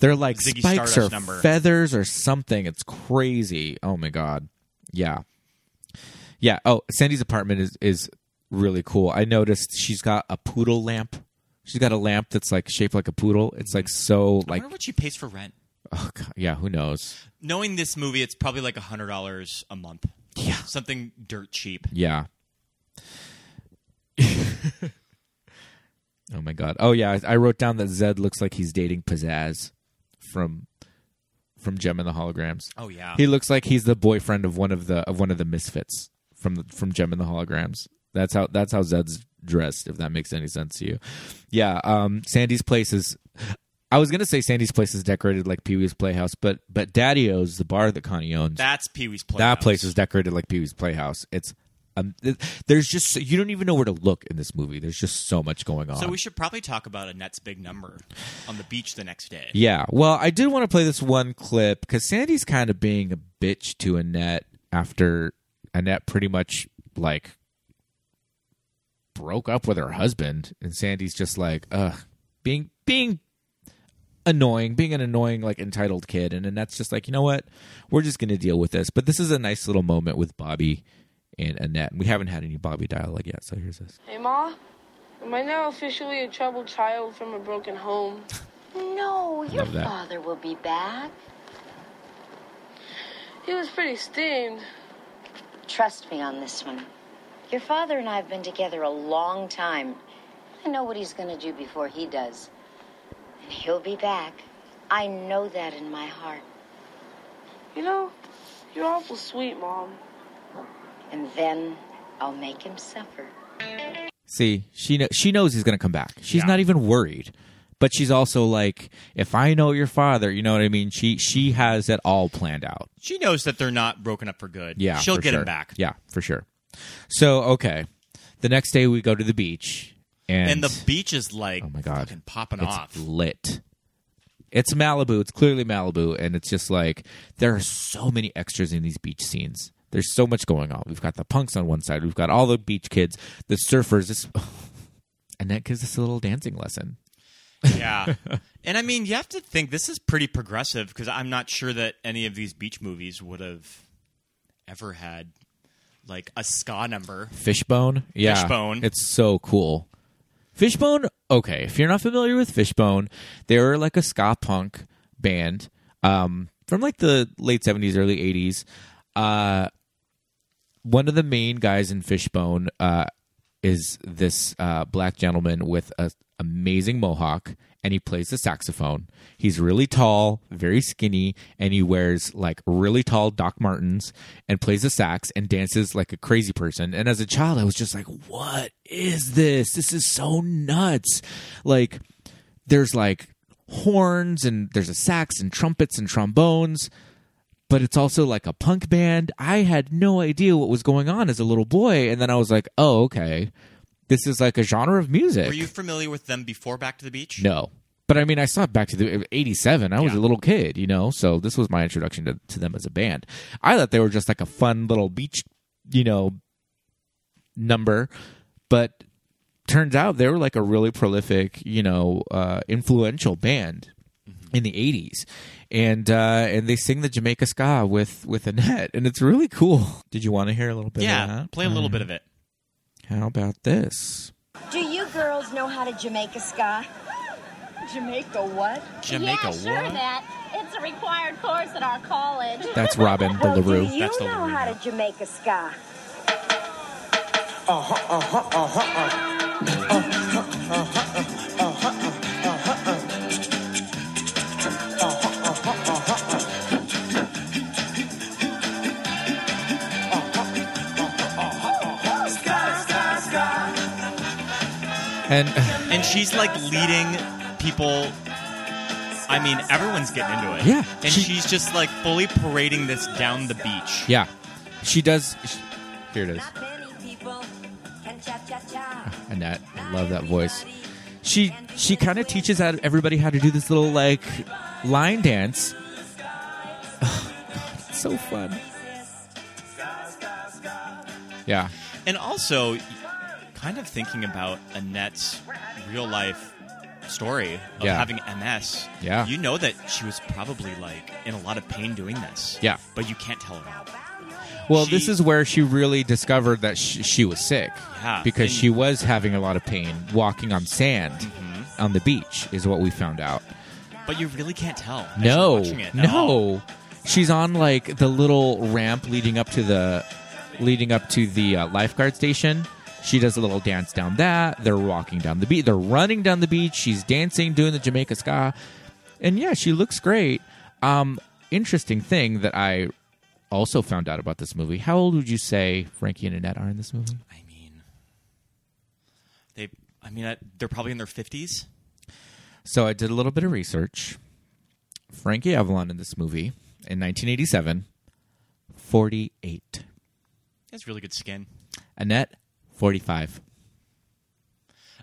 They're like
Ziggy
spikes or
Stardust number.
feathers or something. It's crazy. Oh my god. Yeah. Yeah. Oh, Sandy's apartment is is really cool. I noticed she's got a poodle lamp. She's got a lamp that's like shaped like a poodle. It's like so
I
like
wonder what she pays for rent.
oh god, yeah, who knows.
Knowing this movie, it's probably like hundred dollars a month.
Yeah.
something dirt cheap.
Yeah. oh my god. Oh yeah, I, I wrote down that Zed looks like he's dating Pizzazz from from Gem and the Holograms.
Oh, yeah.
he looks like he's the boyfriend of one of the of one of the misfits from the, from Gem and the Holograms. That's how that's how Zed's dressed. If that makes any sense to you, yeah. Um, Sandy's place is. I was gonna say Sandy's place is decorated like Pee Wee's Playhouse, but but Daddy O's, the bar that Connie owns,
That's Pee Wee's Playhouse.
that place is decorated like Pee Wee's Playhouse. It's um, th- there's just you don't even know where to look in this movie. There's just so much going on.
So we should probably talk about Annette's big number on the beach the next day.
Yeah. Well, I did want to play this one clip because Sandy's kind of being a bitch to Annette after Annette pretty much like broke up with her husband, and Sandy's just like, ugh, being being annoying, being an annoying like entitled kid, and Annette's just like, you know what, we're just gonna deal with this. But this is a nice little moment with Bobby and Annette. We haven't had any Bobby dialogue yet, so here's this.
Hey, Ma, am I now officially a troubled child from a broken home?
No, your
Love that.
father will be back.
He was pretty steamed.
Trust me on this one. Your father and I have been together a long time. I know what he's going to do before he does. And he'll be back. I know that in my heart.
You know, you're awful sweet, Mom.
And then I'll make him suffer.
See, she kn- she knows he's going to come back. She's not even worried. But she's also like, if I know your father, you know what I mean? She she has it all planned out.
She knows that they're not broken up for good.
Yeah.
She'll
for
get
sure.
him back.
Yeah, for sure. So, okay. The next day we go to the beach and,
And the beach is like
Oh my god.
fucking popping
it's
off.
lit. It's Malibu. It's clearly Malibu and it's just like there are so many extras in these beach scenes. There's so much going on. We've got the punks on one side. We've got all the beach kids, the surfers. This, and that gives us a little dancing lesson.
yeah. And I mean, you have to think this is pretty progressive because I'm not sure that any of these beach movies would have ever had like a ska number.
Fishbone. Yeah.
Fishbone.
It's so cool. Fishbone, okay. If you're not familiar with Fishbone, they were like a ska punk band um, from like the late 70s, early 80s. Uh, one of the main guys in Fishbone uh, is this uh, black gentleman with a amazing mohawk, and he plays the saxophone. He's really tall, very skinny, and he wears like really tall Doc Martens and plays the sax and dances like a crazy person. And as a child, I was just like, "What is this? This is so nuts!" Like, there's like horns and there's a sax and trumpets and trombones but it's also like a punk band. I had no idea what was going on as a little boy, and then I was like, oh, okay, this is like a genre of music.
Were you familiar with them before Back to the Beach?
no, but I mean, I saw it back to the '87. I was a little kid, you know, so this was my introduction to, to them as a band. I thought they were just like a fun little beach, you know, number, but turns out they were like a really prolific, you know, uh, influential band in the '80s, and uh, and they sing the Jamaica ska with with Annette, and it's really cool. Did you want to hear a little bit?
Yeah.
of that? Uh,
Play a little bit of it.
How about this?
Do you girls know how to Jamaica ska? Jamaica what?
Jamaica
yeah, sure,
what?
Matt. It's a required course at our college.
That's Robin
Well,
the
do
Larue.
you
That's the
know
LaRue.
how to Jamaica ska?
And.
And she's like leading people. I mean, everyone's getting into it.
Yeah.
And
She-
she's just like fully parading this down the beach.
Yeah, she does. She, here it is,
many people can cha cha cha.
Annette. I love that voice. She she kind of teaches how everybody how to do this little like line dance. God, it's so fun. Yeah,
And also, kind of thinking about Annette's real life story of
Yeah.
having MS.
Yeah.
You know that she was probably like in a lot of pain doing this.
Yeah.
But you can't tell her all.
Well,
She-
this is where she really discovered that she, she was sick
Yeah,
because
and-
she was having a lot of pain walking on sand
Mm-hmm.
on the beach, is what we found out.
But you really can't tell. as you're
No,
watching it Oh. at all.
no, she's on like the little ramp leading up to the leading up to the uh, lifeguard station. She does a little dance down that. They're walking down the beach. They're running down the beach. She's dancing, doing the Jamaica ska, and yeah, she looks great. Um, interesting thing that I also found out about this movie. How old would you say Frankie and Annette are in this movie?
I mean, they. I mean, I, they're probably in their fifties.
So I did a little bit of research. Frankie Avalon in this movie in 1987, 48.
He has really good skin,
Annette, 45.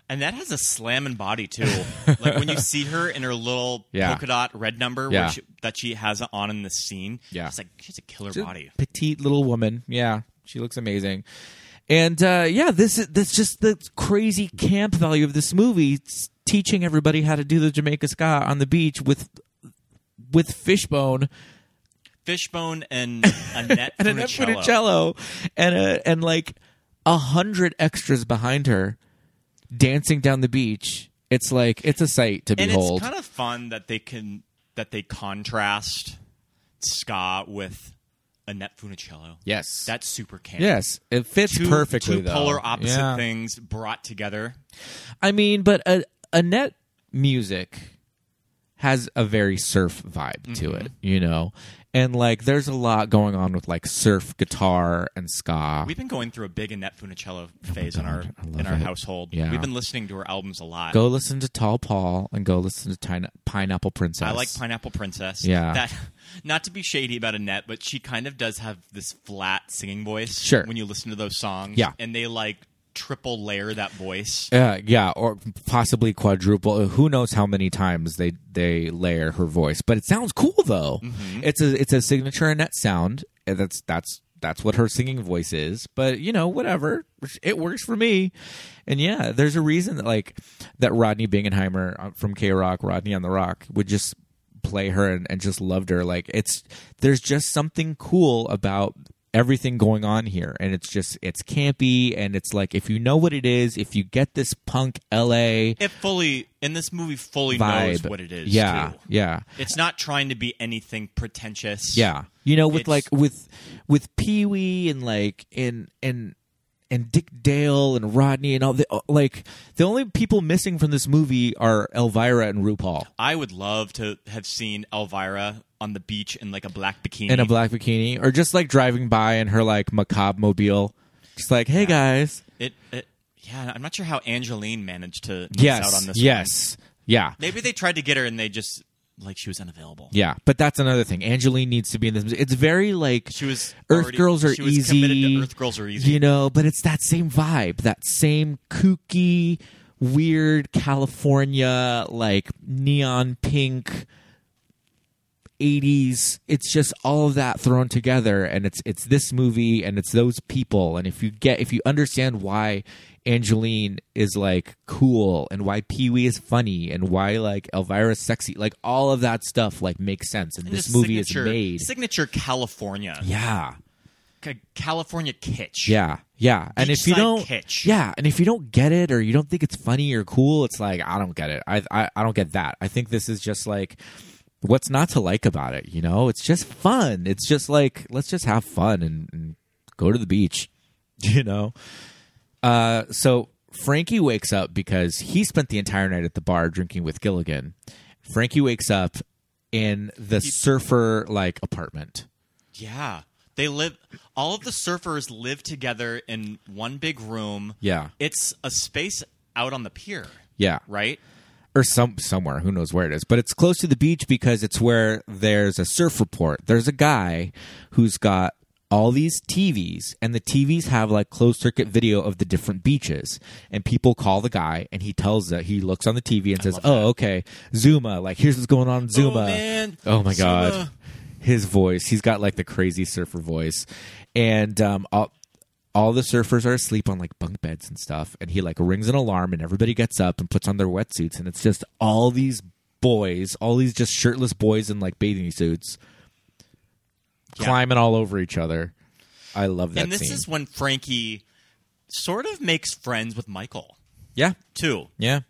and that has a slamming body too. like when you see her in her little
Yeah.
polka dot red number,
Yeah.
which that she has on in the scene.
Yeah.
it's like she has a killer
She's a
body.
petite little woman. Yeah, she looks amazing. And uh, yeah, this is that's just the crazy camp value of this movie. It's teaching everybody how to do the Jamaica ska on the beach with with fishbone
Fishbone and Annette
and an
Funicello.
funicello and a, and like a hundred extras behind her dancing down the beach. It's like it's a sight to
and
behold.
it's kind of fun that they can that they contrast ska with Annette Funicello.
yes,
That's super camp.
yes, it fits
two,
perfectly.
Two
though.
polar opposite
Yeah.
things brought together.
I mean, but uh, Annette music has a very surf vibe to
Mm-hmm.
it, you know? And like, there's a lot going on with like surf guitar and ska.
We've been going through a big Annette Funicello phase in our
God, I love
in our
it.
household.
Yeah.
We've been listening to her albums a lot.
go listen to Tall Paul and go listen to Pine- Pineapple Princess.
I like Pineapple Princess.
Yeah.
That not to be shady about Annette, but she kind of does have this flat singing voice
Sure.
when you listen to those songs.
Yeah.
And they like triple layer that voice.
Uh, yeah, or possibly quadruple. uh, Who knows how many times they they layer her voice? But it sounds cool though. It's a it's a signature Annette sound. and That's that's that's what her singing voice is. But you know, whatever, it works for me. And yeah, there's a reason that like that Rodney Bingenheimer uh, from K Rock, Rodney on the Rock, would just play her and, and just loved her. Like it's there's just something cool about everything going on here and it's just it's campy and it's like if you know what it is if you get this punk la
It fully in this movie fully knows
vibe
what it is.
yeah
too.
yeah
It's not trying to be anything pretentious.
yeah you know with
It's-
like with with pee-wee and like and and and dick dale and rodney and all the like the only people missing from this movie are elvira and rupaul
I would love to have seen Elvira on the beach in like a black bikini.
in a black bikini or just like driving by in her like macabre mobile just like hey guys
It, it, yeah, I'm not sure how Angeline managed to miss
yes
out on this. one.
yes yeah
maybe they tried to get her and they just like she was unavailable.
Yeah, but that's another thing. Angeline needs to be in this. It's very like
She was
Earth
already-
Girls are
she was
easy.
committed to Earth Girls Are Easy.
you know. But it's that same vibe, that same kooky, weird California like neon pink. 80s it's just all of that thrown together and it's it's this movie and it's those people and if you get if you understand why Angeline is like cool and why Pee-wee is funny and why like Elvira's sexy like all of that stuff like makes sense and,
And
this
just
movie is
signature,
made
signature California,
yeah
Ca- California kitsch.
yeah yeah and if you
Beachside
don't
kitsch.
yeah and if you don't get it or you don't think it's funny or cool it's like I don't get it I I, I don't get that I think this is just like what's not to like about it you know it's just fun it's just like let's just have fun and, and go to the beach you know uh so Frankie wakes up because he spent the entire night at the bar drinking with Gilligan Frankie wakes up in the surfer like apartment
yeah. They live. All of the surfers live together in one big room.
Yeah.
it's a space out on the pier,
yeah
right?
or some somewhere who knows where it is but it's close to the beach because it's where there's a surf report there's a guy who's got all these TVs and the TVs have like closed circuit video of the different beaches and people call the guy and he tells that he looks on the TV and says oh okay Zuma like here's what's going on in Zuma
man.
oh my god
Zuma.
his voice he's got like the crazy surfer voice and um all, all the surfers are asleep on like bunk beds and stuff and he like rings an alarm and everybody gets up and puts on their wetsuits and it's just all these boys all these just shirtless boys in like bathing suits climbing all over each other i love that
and this
scene
is when Frankie sort of makes friends with Michael
yeah
too.
yeah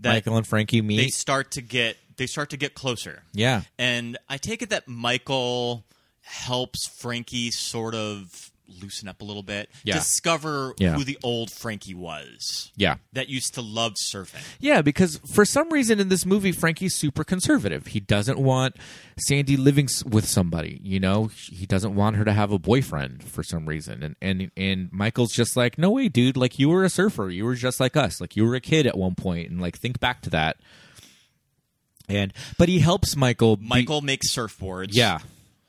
That
michael and frankie meet
they start to get they start to get closer.
yeah
And I take it that Michael helps Frankie sort of loosen up a little bit,
Yeah.
discover
Yeah.
who the old Frankie was.
Yeah.
That used to love surfing.
Yeah, because for some reason in this movie, Frankie's super conservative. He doesn't want Sandy living s- with somebody. You know, he doesn't want her to have a boyfriend for some reason. And and and Michael's just like, no way, dude. Like you were a surfer. You were just like us. Like you were a kid at one point, and like think back to that. And but he helps Michael. be-
Michael makes surfboards.
yeah.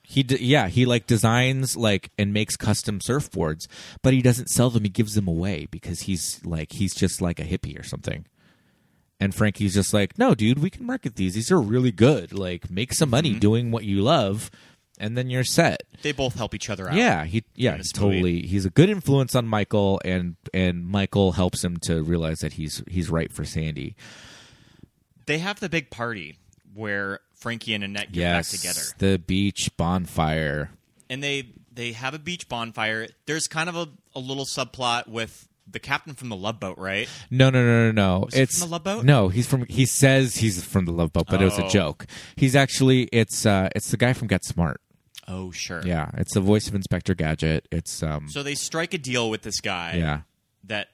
He d- yeah, he like designs like and makes custom surfboards, but he doesn't sell them. He gives them away because he's like he's just like a hippie or something. And Frankie's just like, "No, dude, we can market these. These are really good. Like make some money
Mm-hmm.
doing what you love and then you're set."
They both help each other out.
Yeah, he yeah,
this
totally. He's a good influence on Michael and and Michael helps him to realize that he's he's right for Sandy.
They have the big party where Frankie and Annette get
yes.
back together.
The beach bonfire.
and they they have a beach bonfire. There's kind of a, a little subplot with the captain from the Love Boat, right?
No, no, no, no, no.
he
it's
from the Love Boat?
No, he's from. He says he's from the Love Boat, but it was a
Oh.
joke. He's actually it's uh it's the guy from Get Smart.
Oh, sure.
Yeah, it's the voice of Inspector Gadget. It's um
So they strike a deal with this guy.
yeah.
That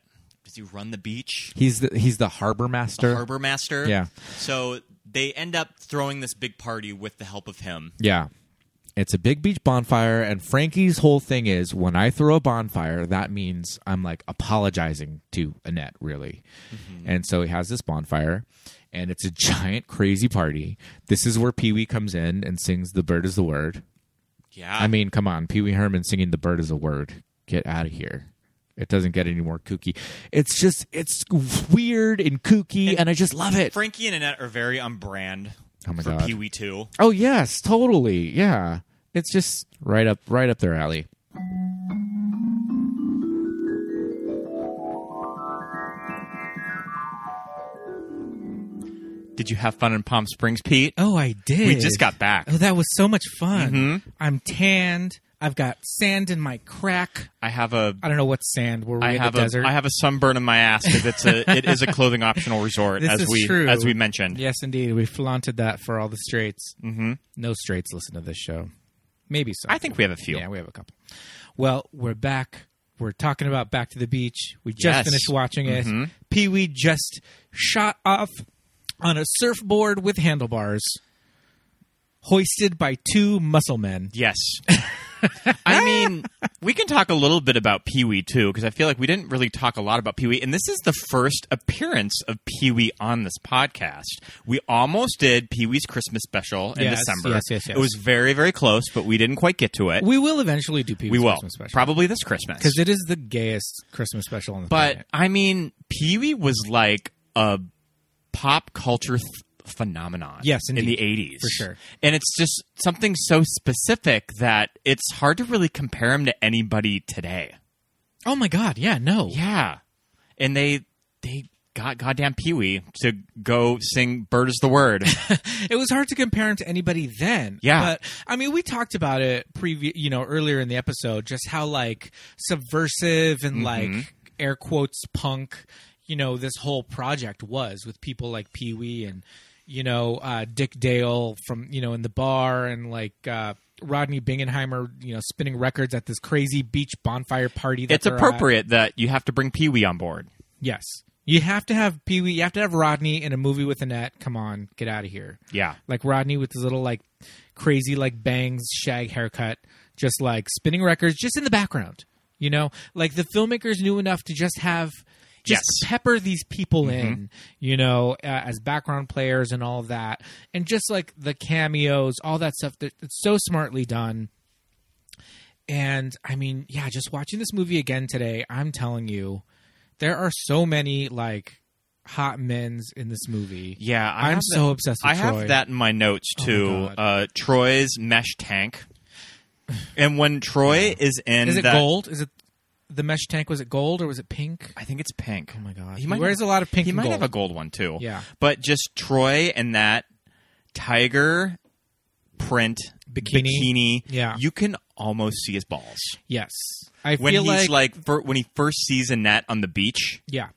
does he run the beach?
He's the he's the harbor master.
The harbor master.
Yeah.
So they end up throwing this big party with the help of him.
Yeah. It's a big beach bonfire, and Frankie's whole thing is when I throw a bonfire, that means I'm like apologizing to Annette, really.
Mm-hmm.
And so he has this bonfire, and it's a giant, crazy party. This is where Pee Wee comes in and sings The Bird is the Word.
Yeah.
I mean, come on, Pee Wee Herman singing "The Bird Is a Word." Get out of here. It doesn't get any more kooky. It's just it's weird and kooky, and, I just love it.
Frankie and Annette are very on brand
Oh my
for
God.
Pee Wee Two.
oh yes, totally. Yeah, it's just right up right up their alley.
Did you have fun in Palm Springs, Pete?
Oh, I did.
We just got back. Mm-hmm.
Oh, that was so much fun. I'm tanned. I've got sand in my crack.
I have a
I don't know what's sand. Were we
I
in
have
the
a
desert?
I have a sunburn in my ass because it's a it is a clothing optional resort
This
as
is
we
true.
as we mentioned.
Yes, indeed. We flaunted that for all the straights. Mm-hmm. No straights listen to this show. Maybe so.
I think we have a few.
Yeah, we have a couple. Well, we're back. We're talking about Back to the Beach. We just
Yes. Mm-hmm.
finished watching it. Pee Wee just shot off on a surfboard with handlebars, hoisted by two muscle men.
Yes. I mean, we can talk a little bit about Pee Wee too, because I feel like we didn't really talk a lot about Pee Wee. And this is the first appearance of Pee Wee on this podcast. We almost did Pee Wee's Christmas special in
Yes,
December.
yes, yes, yes.
It was very, very close, but we didn't quite get to it.
We will eventually do Pee
We
Wee's
will.
Christmas special.
Probably this Christmas.
Because it is the gayest Christmas special on the
But
planet.
I mean, Pee Wee was like a pop culture th- phenomenon.
Yes,
in
indeed.
the eighties
For sure.
And it's just something so specific that it's hard to really compare him to anybody today.
Oh my God! Yeah, no.
Yeah, and they they got goddamn Pee Wee to go sing "Bird Is the Word."
it was hard to compare him to anybody then.
Yeah.
but I mean, we talked about it previ- you know, earlier in the episode, just how like subversive and
Mm-hmm.
like air quotes punk, you know, this whole project was with people like Pee Wee and you know uh, Dick Dale from you know in the bar and like. Uh, Rodney Bingenheimer, you know, spinning records at this crazy beach bonfire party. That
it's
they're at.
appropriate that you have to bring Pee Wee on board.
Yes. You have to have Pee Wee. You have to have Rodney in a movie with Annette. Come on, get out of here.
Yeah.
Like Rodney with his little like crazy like bangs, shag haircut, just like spinning records, just in the background. You know, like the filmmakers knew enough to just have just
Yes. Mm-hmm.
pepper these people in. You know, uh, as background players and all that, and just like the cameos, all that stuff. That it's so smartly done. And I mean, yeah, just watching this movie again today, I'm telling you, there are so many like hot men's in this movie.
Yeah, I
I'm
have
so
that-
obsessed with
I
Troy. Oh
have that in my notes
my
too.
God.
uh, Troy's mesh tank, and when Troy is in,
Is it
that-
gold? Is it the mesh tank? Was it gold or was it pink?
I think it's pink. Oh
my God. He wears a lot of pink
He
and
might
gold.
have a gold one too.
Yeah.
but just Troy and that tiger print
Bikini. Yeah.
you can almost see his balls
Yes, I
when
feel
he's like, fir- when he first sees Annette on the beach.
yeah.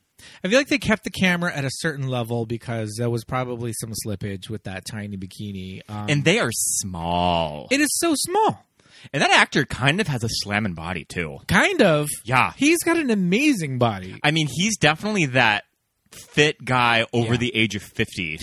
I feel like they kept the camera at a certain level because there was probably some slippage with that tiny bikini. Um,
And they are small.
it is so small.
And that actor kind of has a slamming body too.
Kind of.
Yeah.
He's got an amazing body.
I mean, he's definitely that fit guy over
Yeah.
the age of 50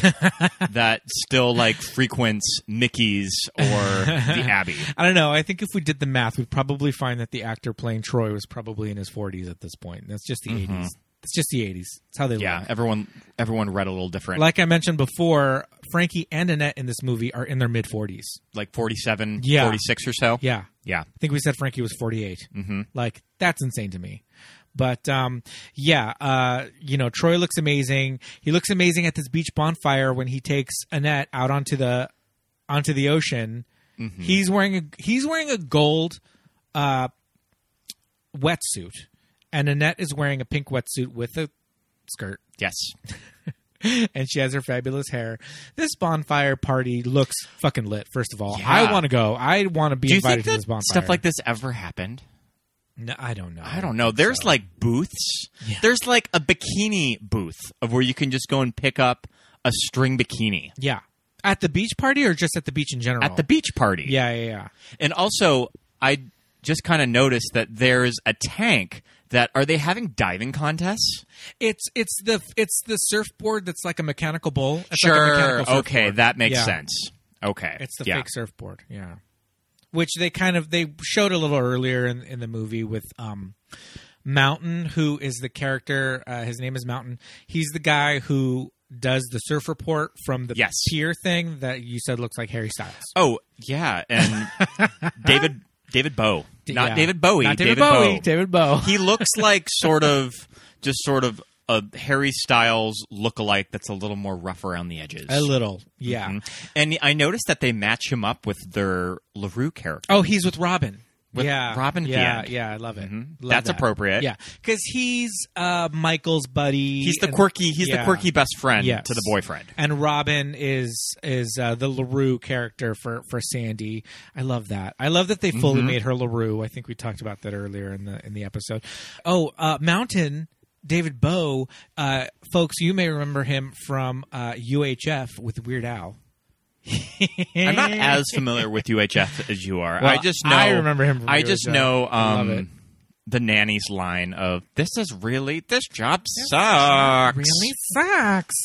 that still like frequents Mickey's or the Abbey.
I don't know. I think if we did the math, we'd probably find that the actor playing Troy was probably in his 40s at this point. That's just the 80s. That's just the 80s. That's how they
Mm-hmm. Yeah,
look.
everyone everyone read a little different.
Like I mentioned before, Frankie and Annette in this movie are in their mid 40s.
like 47,
Yeah.
46 or so.
Yeah.
Yeah.
I think we said Frankie was 48. Mm-hmm. Like, that's insane to me. But um, yeah, uh, you know, Troy looks amazing. He looks amazing at this beach bonfire when he takes Annette out onto the onto the ocean. He's wearing a he's wearing a gold uh, wetsuit, and Annette is wearing a pink wetsuit with a skirt,
Yes.
and she has her fabulous hair. This bonfire party looks fucking lit. First of all,
Yeah.
I want to go. I want to be
Do you
invited
think
to
that
this bonfire.
stuff like this ever happened?
No, I don't know.
I don't know. There's like booths.
Yeah.
There's like a bikini booth of where you can just go and pick up a string bikini
Yeah. At the beach party or just at the beach in general?
at the beach party.
Yeah, yeah, yeah.
And also, I just kind of noticed that there's a tank that are they having diving contests?
It's it's the it's the surfboard that's like a mechanical bowl. It's like a
sure.
mechanical
okay,
surfboard.
that makes
Yeah.
sense. Okay.
It's the
yeah.
fake surfboard. Yeah. Which they kind of they showed a little earlier in in the movie with um Mountain, who is the character. Uh, his name is Mountain. He's the guy who does the surf report from the
Yes.
pier thing that you said looks like Harry Styles.
Oh, yeah, and David David Bowe.
D-
Not
yeah.
David Bowie,
Not David, Bowie.
Bowe.
David Bowie.
he looks like sort of just sort of a Harry Styles lookalike that's a little more rough around the edges.
a little, yeah.
Mhm. And I noticed that they match him up with their LaRue character.
Oh, he's with Robin.
With
yeah,
Robin
Yeah,
Fiend.
yeah, I love it.
Mhm.
Love
That's
that.
appropriate.
Yeah, because he's uh, Michael's buddy.
He's the
and-
quirky he's
yeah.
the quirky best friend
Yes.
to the boyfriend.
and Robin is is uh, the Larue character for for Sandy. I love that. I love that they fully made her Larue. I think we talked about that earlier in the in the episode. Oh, uh, Mountain David Bowe, uh, folks, you may remember him from uh, UHF with Weird Al.
I'm not as familiar with UHF as you are.
Well,
I just know
I remember him from
I just
UHF.
know
I love it.
um the nanny's line of this is really this job sucks.
Really sucks.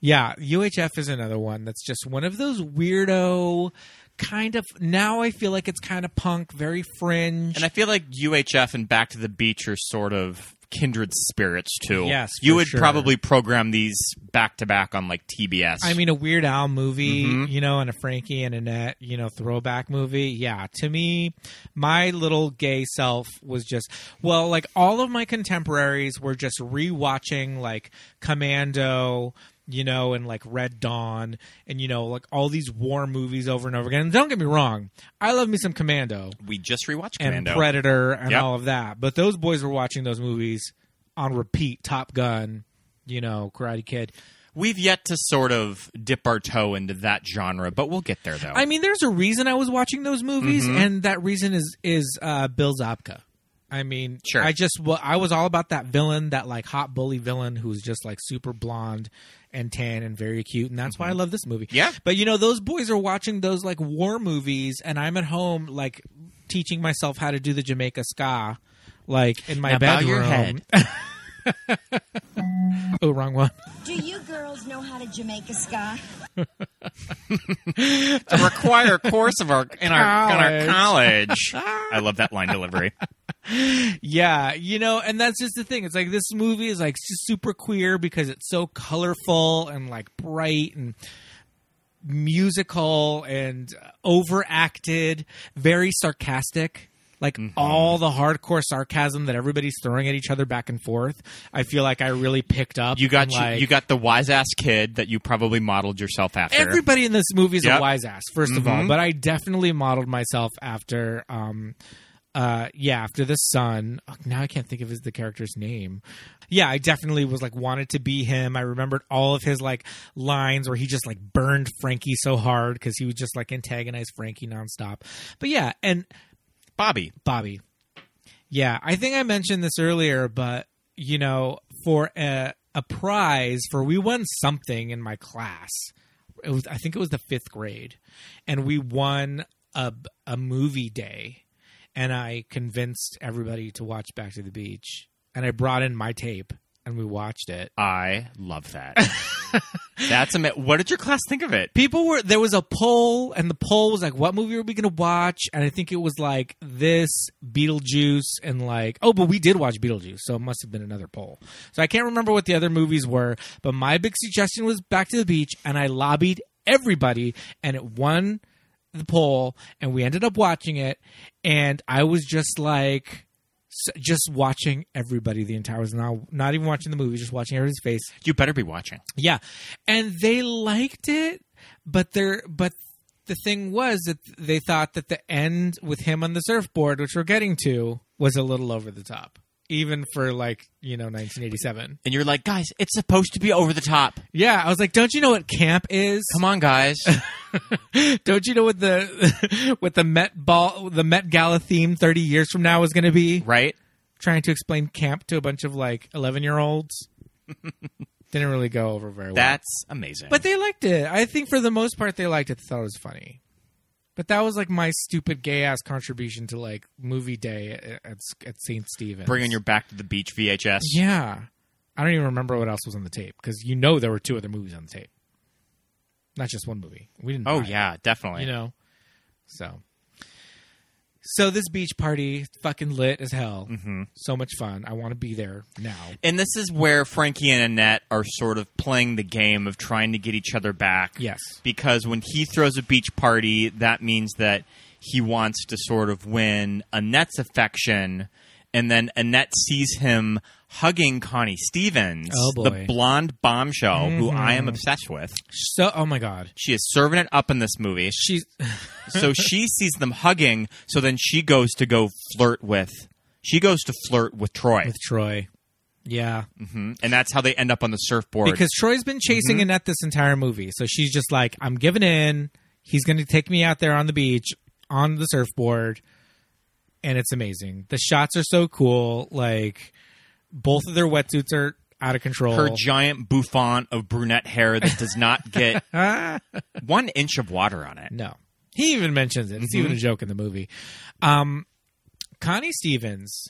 Yeah, UHF is another one that's just one of those weirdo kind of. Now I feel like it's kind of punk, very fringe.
And I feel like UHF and Back to the Beach are sort of kindred spirits too.
Yes,
you
for
would
sure.
probably program these back to back on like TBS.
I mean, a Weird Al movie,
Mm-hmm.
you know, and a Frankie and Annette, you know, throwback movie. Yeah, to me, my little gay self was just, well, like all of my contemporaries were just rewatching like Commando, you know, and like Red Dawn and, you know, like all these war movies over and over again. And don't get me wrong, I love me some Commando
we just rewatched
and
Commando.
Predator and
Yep.
all of that. But those boys were watching those movies on repeat Top Gun, you know, Karate Kid.
We've yet to sort of dip our toe into that genre, but we'll get there though.
I mean, there's a reason I was watching those movies,
Mm-hmm.
and that reason is is uh, Bill Zabka. I mean,
Sure.
I just well, I was all about that villain, that like hot bully villain who's just like super blonde and tan and very cute, and that's why I love this movie.
Mm-hmm. Yeah.
but you know, those boys are watching those like war movies, and I'm at home like teaching myself how to do the Jamaica ska, like in my
Now bow
bedroom.
your head.
oh, wrong one.
Do you girls know how to Jamaica ska?
to require course of our in our in our college.
College.
I love that line delivery.
Yeah, you know, and that's just the thing. It's like this movie is like just super queer because it's so colorful and like bright and musical and overacted, very sarcastic. Like
Mm-hmm.
all the hardcore sarcasm that everybody's throwing at each other back and forth. I feel like I really picked up.
You got
and,
you,
like,
you got the wise ass kid that you probably modeled yourself after.
Everybody in this movie is
Yep. Mm-hmm.
a wise ass, 1st of all. But I definitely modeled myself after, um, uh, yeah, after the son. Ugh, Now I can't think of his the character's name. Yeah, I definitely was like wanted to be him. I remembered all of his like lines where he just like burned Frankie so hard because he would just like antagonize Frankie nonstop. But yeah, and
Bobby.
Bobby. Yeah, I think I mentioned this earlier, but you know, for a, a prize for we won something in my class. It was I think it was the 5th grade and we won a a movie day, and I convinced everybody to watch Back to the Beach, and I brought in my tape and we watched it.
I love that. That's a. What did your class think of it?
people were there was a poll and the poll was like what movie are we gonna watch and i think it was like this beetlejuice and like oh but we did watch beetlejuice so it must have been another poll so i can't remember what the other movies were but my big suggestion was back to the beach and i lobbied everybody and it won the poll and we ended up watching it and i was just like s- just watching everybody the entire was not not even watching the movie just watching everybody's face
You better be watching.
yeah, and they liked it, but they're but the thing was that they thought that the end with him on the surfboard, which we're getting to, was a little over the top, even for like you know 1987.
And you're like, guys, it's supposed to be over the top.
Yeah, I was like, don't you know what camp is?
Come on, guys.
don't you know what the what the Met ball the Met Gala theme 30 years from now is going to be?
right?
Trying to explain camp to a bunch of like 11 year olds didn't really go over very well.
That's amazing.
But they liked it. I think for the most part, they liked it. They thought it was funny. But that was like my stupid gay ass contribution to like movie day at- at at St. Stephen's.
bringing your back to the beach VHS.
yeah. I don't even remember what else was on the tape because you know there were two other movies on the tape, not just one movie. We didn't.
Oh
buy it,
yeah, definitely.
you know. So. So this beach party fucking lit as hell. Mm-hmm. So much fun. I want to be there now.
And this is where Frankie and Annette are sort of playing the game of trying to get each other back.
Yes.
Because when he throws a beach party, that means that he wants to sort of win Annette's affection. And then Annette sees him hugging Connie Stevens,
Oh, boy. Mm-hmm.
the blonde bombshell who I am obsessed with.
So oh my god.
She is serving it up in this movie.
She's
so she sees them hugging, so then she goes to go flirt with. She goes to flirt with Troy.
with Troy. Yeah.
hmm And that's how they end up on the surfboard.
Because Troy's been
Mm-hmm.
chasing Annette this entire movie. So she's just like, I'm giving in. He's going to take me out there on the beach on the surfboard. And it's amazing. The shots are so cool. Like, both of their wetsuits are out of control.
her giant bouffant of brunette hair that does not get one inch of water on it.
no. He even mentions it. It's even
Mm-hmm.
a joke in the movie. Um, Connie Stevens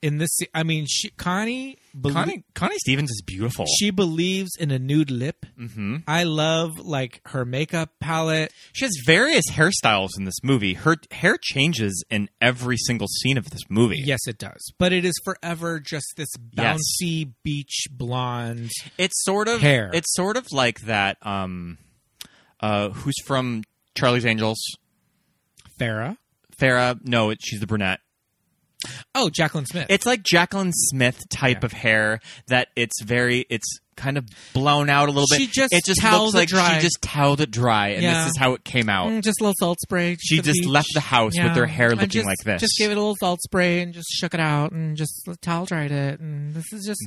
in this, se- I mean, she, Connie, belie-
Connie, Connie Stevens is beautiful. She,
she believes in a nude lip.
Mm-hmm.
I love like her makeup palette.
has various hairstyles in this movie. Her hair changes in every single scene of this movie.
Yes, it does. But it is forever just this bouncy
Yes.
beach blonde.
It's sort of
Hair.
It's sort of like that. Um, uh, who's from Charlie's Angels?
Farah.
Farah? No, it, she's the brunette.
Oh, Jacqueline Smith.
It's like Jacqueline Smith type of hair that it's very it's kind of blown out a little bit.
She just
it just
toweled
looks
it
like
dry.
she just toweled it dry, and
Yeah.
this is how it came out.
Mm, just a little salt spray.
She
at
just
beach.
left the house with her
I
hair looking
just-
like this.
Just gave it a little salt spray and just shook it out and just towel dried it. And this is just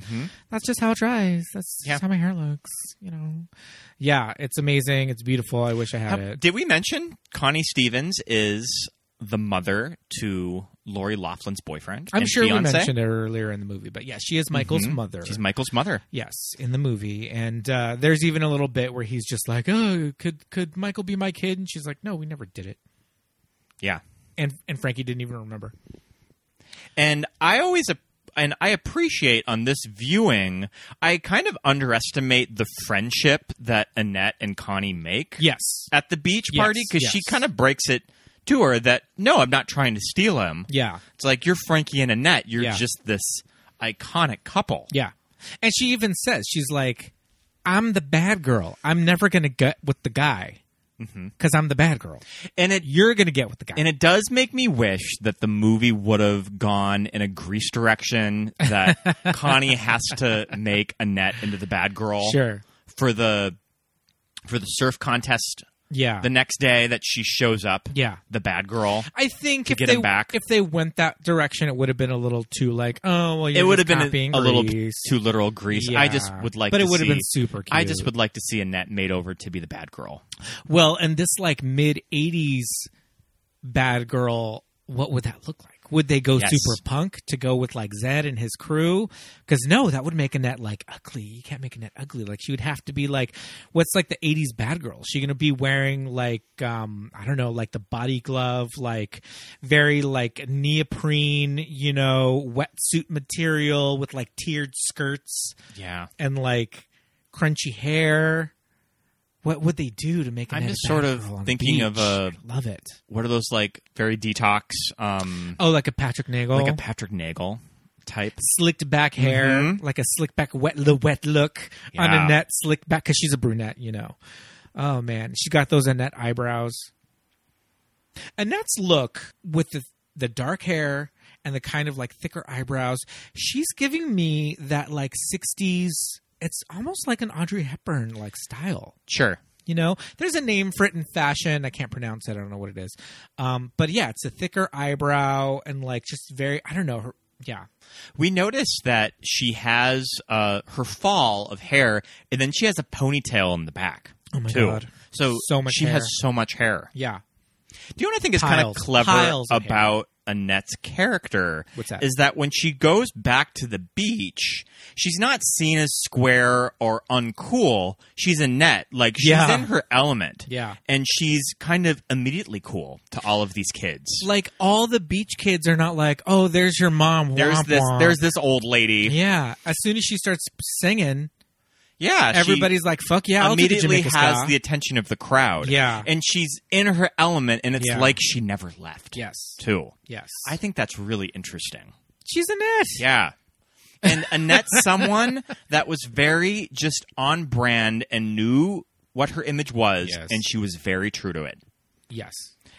that's just how it dries. That's
Yeah.
just how my hair looks. You know. Yeah, it's amazing. It's beautiful. I wish I had
How-
it.
Did we mention Connie Stevens is the mother to Lori Laughlin's boyfriend?
I'm
and
sure we
fiance? Mm-hmm.
mentioned it earlier in the movie, but yeah, she is Michael's mother.
She's Michael's mother.
Yes, in the movie, and uh, there's even a little bit where he's just like, "Oh, could could Michael be my kid?" And she's like, "No, we never did it."
Yeah.
And and Frankie didn't even remember.
And I always ap- and I appreciate on this viewing, I kind of underestimate the friendship that Annette and Connie make.
Yes,
at the beach
Yes,
party because she
yes.
kind of breaks it to her that no, I'm not trying to steal him.
yeah,
It's like you're Frankie and Annette. You're
Yeah.
just this iconic couple.
yeah. And she even says, "She's like, I'm the bad girl. I'm never gonna get with the guy because I'm the bad girl.
And it
You're gonna get with the guy."
and Mm-hmm. it does make me wish that the movie would have gone in a grease direction that Connie has to make Annette into the bad girl.
Sure.
For the for the surf contest
yeah,
the next day that she shows up.
Yeah.
The bad girl.
I think if
get
they
him back.
if they went that direction, it would have been a little too like, oh well, you're
it would have
just
been
copying
a, a little bit
Grease.
too literal grease. I just
Yeah.
would like,
But
to
it would have been
see-
super
I just
cute.
would like to see Annette made over to be the bad girl.
Well, and this like mid '80s bad girl, what would that look like? Would they go
Yes.
super punk to go with like Zed and his crew? Because no, that would make Annette like ugly. You can't make Annette ugly. Like she would have to be like, what's like the '80s bad girl? Is she gonna be wearing like um I don't know, like the body glove, like very like neoprene, you know, wetsuit material with like tiered skirts
Yeah.
and like crunchy hair. What would they do to make?
I'm
Annette a
just sort
bad
of
girl on the
thinking of
beach?
a-
love it.
What are those like very detox, um,
Oh, like a Patrick Nagel,
like a Patrick Nagel type?
slicked back hair,
Mhm.
like a slick back wet the wet look on
Yeah.
Annette slicked back because she's a brunette, you know. Oh man, she got those Annette eyebrows. Annette's look with the the dark hair and the kind of like thicker eyebrows, she's giving me that like '60s. It's almost like an Audrey Hepburn like style.
Sure.
You know, there's a name for it in fashion. I can't pronounce it. I don't know what it is. Um, but yeah, it's a thicker eyebrow and like just very. I don't know. Her, yeah,
We notice that she has uh, her fall of hair, and then she has a ponytail in the back.
Oh my
too.
God.
So,
So much
she
hair.
has so much hair.
yeah.
Do you know what I think is kind of
Piles.
clever
Piles of hair.
about Annette's character?
What's that?
Is that when she goes back to the beach, she's not seen as square or uncool. She's Annette. Like, she's
Yeah.
in her element.
Yeah.
And she's kind of immediately cool to all of these kids.
Like all the beach kids are not like, oh, there's your mom.
There's
Womp
this
womp."
there's this old lady. Yeah.
Yeah. As soon as she starts singing,
she-
everybody's like, fuck yeah, I'll
immediately
do the Jamaica
has
ska.
the attention of the crowd.
Yeah.
And she's in her element and it's
Yeah.
like she never left.
yes,
Too.
yes.
I think that's really interesting.
she's Annette.
Yeah. And Annette's someone that was very just on brand and knew what her image was
Yes.
and she was very true to it.
Yes.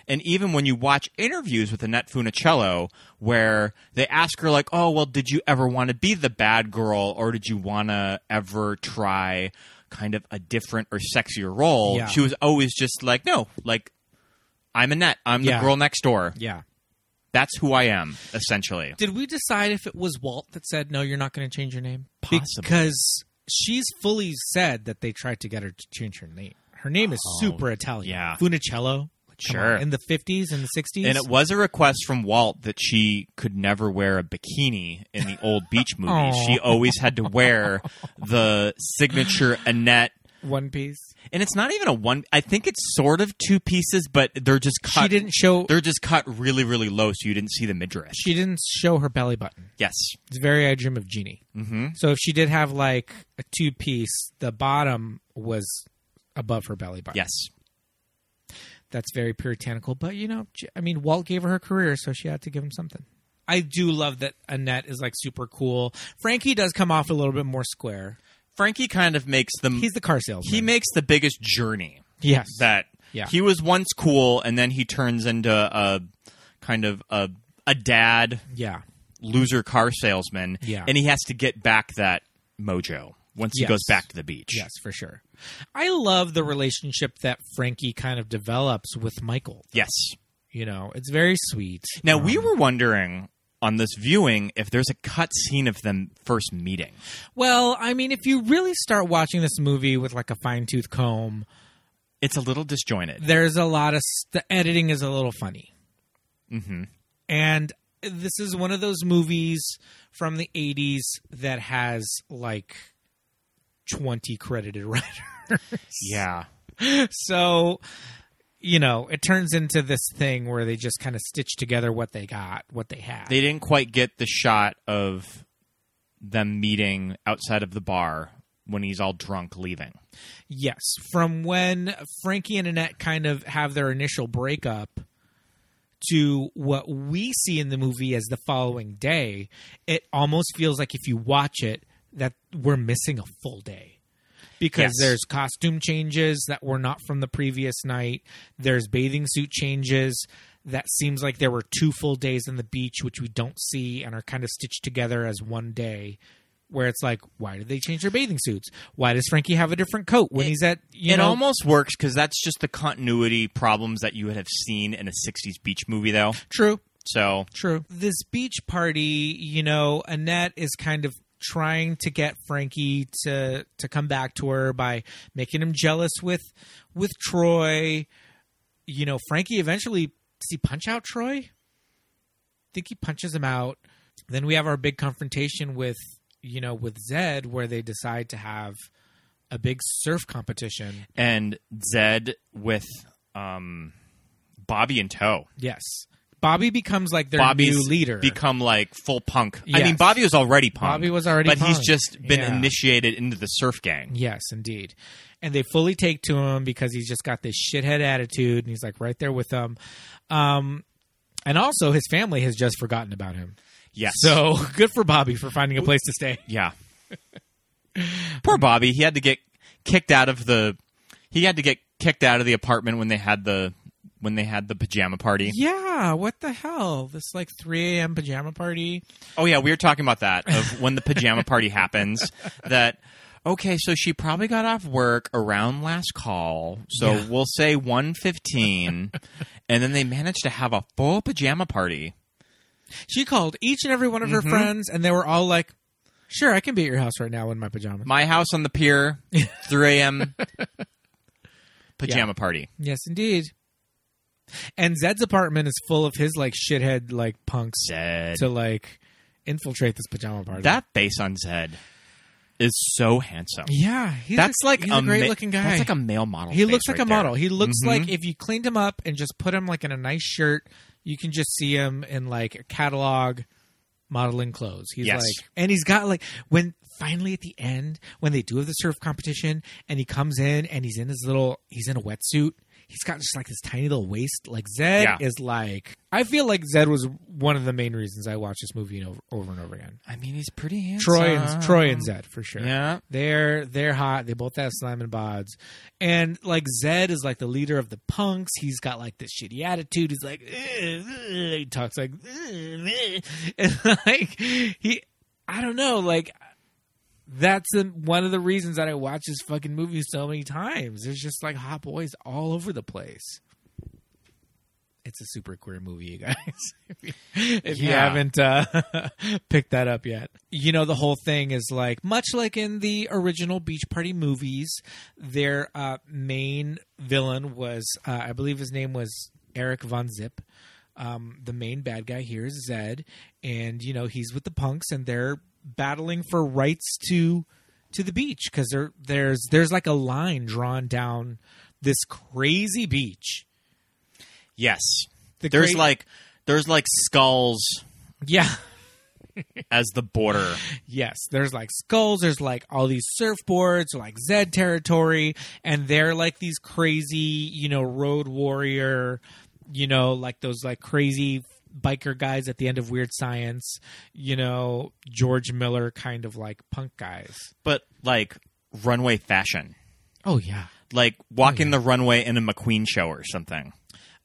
And even when you watch interviews with Annette Funicello, where they ask her, like, oh, well, did you ever want to be the bad girl or did you want to ever try kind of a different or sexier role?
Yeah.
She was always just like, no, like, I'm Annette. I'm
Yeah.
the girl next door.
Yeah.
That's who I am, essentially.
Did we decide if it was Walt that said no? You're not going to change your name
Possibly.
because she's fully said that they tried to get her to change her name. Her name is super Italian.
Oh, yeah.
Funicello. Come
Sure.
on, in the fifties and the sixties.
And it was a request from Walt that she could never wear a bikini in the old beach movies.
Aw.
She always had to wear the signature Annette.
One Piece.
And it's not even a one. I think it's sort of two pieces, but they're just cut.
She didn't show.
They're just cut really, really low, so you didn't see the midriff.
She didn't show her belly button.
yes.
It's very I Dream of Jeannie.
Mm-hmm.
So if she did have like a two piece, the bottom was above her belly button.
Yes.
that's very puritanical. But you know, j- I mean, Walt gave her her career, so she had to give him something. I do love that Annette is like super cool. Frankie does come off a little bit more square.
Frankie kind of makes the
He's the car salesman.
he makes the biggest journey.
yes
that
Yeah.
he was once cool, and then he turns into a kind of a a dad
yeah
loser car salesman.
Yeah.
And he has to get back that mojo once
Yes.
he goes back to the beach.
yes for sure. I love the relationship that Frankie kind of develops with Michael.
Yes.
You know, it's very sweet.
Now, we
Um,
were wondering on this viewing if there's a cut scene of them first meeting.
well. I mean, if you really start watching this movie with like a fine tooth comb,
It's a little disjointed.
there's a lot of s- the editing is a little funny mm-hmm. and this is one of those movies from the 80s that has like 20 credited writers
Yeah.
so you know it turns into this thing where they just kind of stitch together what they got what they had
They didn't quite get the shot of them meeting outside of the bar when he's all drunk leaving.
yes from when frankie and annette kind of have their initial breakup to what we see in the movie as the following day, it almost feels like if you watch it that we're missing a full day. Because
Yes.
there's costume changes that were not from the previous night. There's bathing suit changes that seems like there were two full days on the beach, which we don't see and are kind of stitched together as one day. Where it's like, why did they change their bathing suits? Why does Frankie have a different coat when he's at you
it
know?
almost works because that's just the continuity problems that you would have seen in a 60s beach movie, though.
True.
So
True. This beach party, you know, Annette is kind of trying to get Frankie to to come back to her by making him jealous with with Troy. You know, Frankie eventually does he punch out Troy? think he punches him out. Then we have our big confrontation with you know with Zed, where they decide to have a big surf competition.
and Zed with um, Bobby in tow.
Yes, Bobby becomes like their
Bobby's
new leader.
become like full punk. I mean,
Yes.
Bobby was already punk.
Bobby was already
but he's
punk.
just been
Yeah.
initiated into the surf gang.
Yes, indeed. And they fully take to him because he's just got this shithead attitude and he's like right there with them. Um, and also, his family has just forgotten about him.
Yes.
So good for Bobby for finding a place to stay.
yeah. Poor Bobby. He had to get kicked out of the. He had to get kicked out of the apartment when they had the when they had the pajama party.
Yeah, what the hell? This like 3 a.m. pajama party.
Oh yeah, we were talking about that of when the pajama party happens. That okay, so she probably got off work around last call. So
Yeah.
we'll say one fifteen, and then they managed to have a full pajama party.
She called each and every one of her
Mm-hmm.
friends, and they were all like, "Sure, I can be at your house right now in my pajamas."
My house on the pier, three a.m. pajama party.
yes, indeed. And Zed's apartment is full of his like shithead like punks
Zed.
to like infiltrate this pajama party.
that face on Zed is so handsome.
yeah, he's
that's
a,
like
he's a, great
ma-
looking guy.
That's like a male model.
he
face
looks like
right
a
there.
model. He looks
Mhm.
like if you cleaned him up and just put him like in a nice shirt, you can just see him in like a catalog modeling clothes. He's
Yes.
like, and he's got like when finally at the end when they do have the surf competition and he comes in and he's in his little he's in a wetsuit. He's got just like this tiny little waist. Like Zed
Yeah.
is like, I feel like Zed was one of the main reasons I watched this movie over, over and over again.
I mean, he's pretty handsome.
Troy and Troy and Zed for sure.
Yeah.
They're they're hot. They both have slime and bods, and like Zed is like the leader of the punks. He's got like this shitty attitude. He's like "Ugh, ugh," he talks like "Ugh, ugh." and like he, I don't know. Like that's the, one of the reasons that I watch this fucking movie so many times. There's just like hot boys all over the place. It's a super queer movie, you guys. if you, if you
Yeah.
haven't uh, picked that up yet, you know the whole thing is like much like in the original Beach Party movies. Their uh, main villain was, uh, I believe, his name was Eric von Zip. Um, the main bad guy here is Zed, and you know he's with the punks, and they're battling for rights to to the beach because there there's there's like a line drawn down this crazy beach.
Yes.
The
there's
great-
like there's like skulls
Yeah.
as the border.
Yes, there's like skulls, there's like all these surfboards, or like Zed territory, and they're like these crazy, you know, road warrior, you know, like those like crazy biker guys at the end of Weird Science, you know, George Miller kind of like punk guys.
but like runway fashion.
Oh yeah.
Like walking the runway in a McQueen show or something.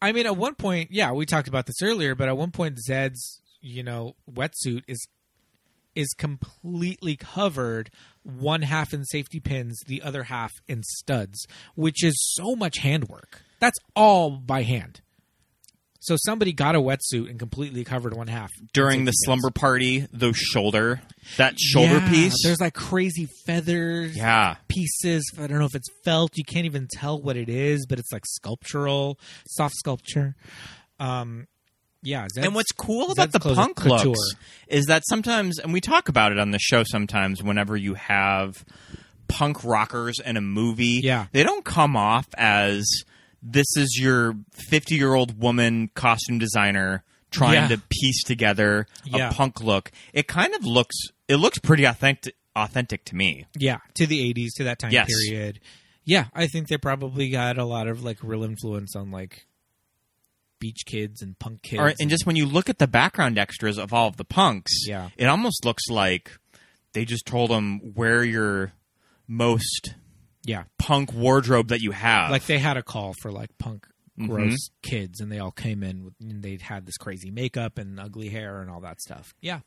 I mean, at one point, yeah, we talked about this earlier, but at one point, Zed's you know wetsuit is is completely covered, one half in safety pins, the other half in studs, which is so much handwork. That's all by hand. So somebody got a wetsuit and completely covered one half in
During
safety
the
pins.
slumber party, those shoulder that shoulder
Yeah,
piece.
There's like crazy feathers
yeah.
pieces. I don't know if it's felt. You can't even tell what it is, but it's like sculptural, soft sculpture. Um, yeah. Zed's-
and what's cool about
Zed's
the
clothes are
punk
couture.
looks is that sometimes, and we talk about it on the show sometimes, whenever you have punk rockers in a movie,
Yeah.
they don't come off as this is your 50 year old woman costume designer trying
Yeah.
to piece together a
Yeah.
punk look. It kind of looks, it looks pretty authentic, authentic to me.
Yeah, to the '80s, to that time
Yes.
period. Yeah, I think they probably got a lot of like real influence on like beach kids and punk kids.
Or, and just when you look at the background extras of all of the punks,
Yeah.
it almost looks like they just told them where your most
yeah,
punk wardrobe that you have.
like they had a call for like punk gross kids and they all came in with, and they'd had this crazy makeup and ugly hair and all that stuff yeah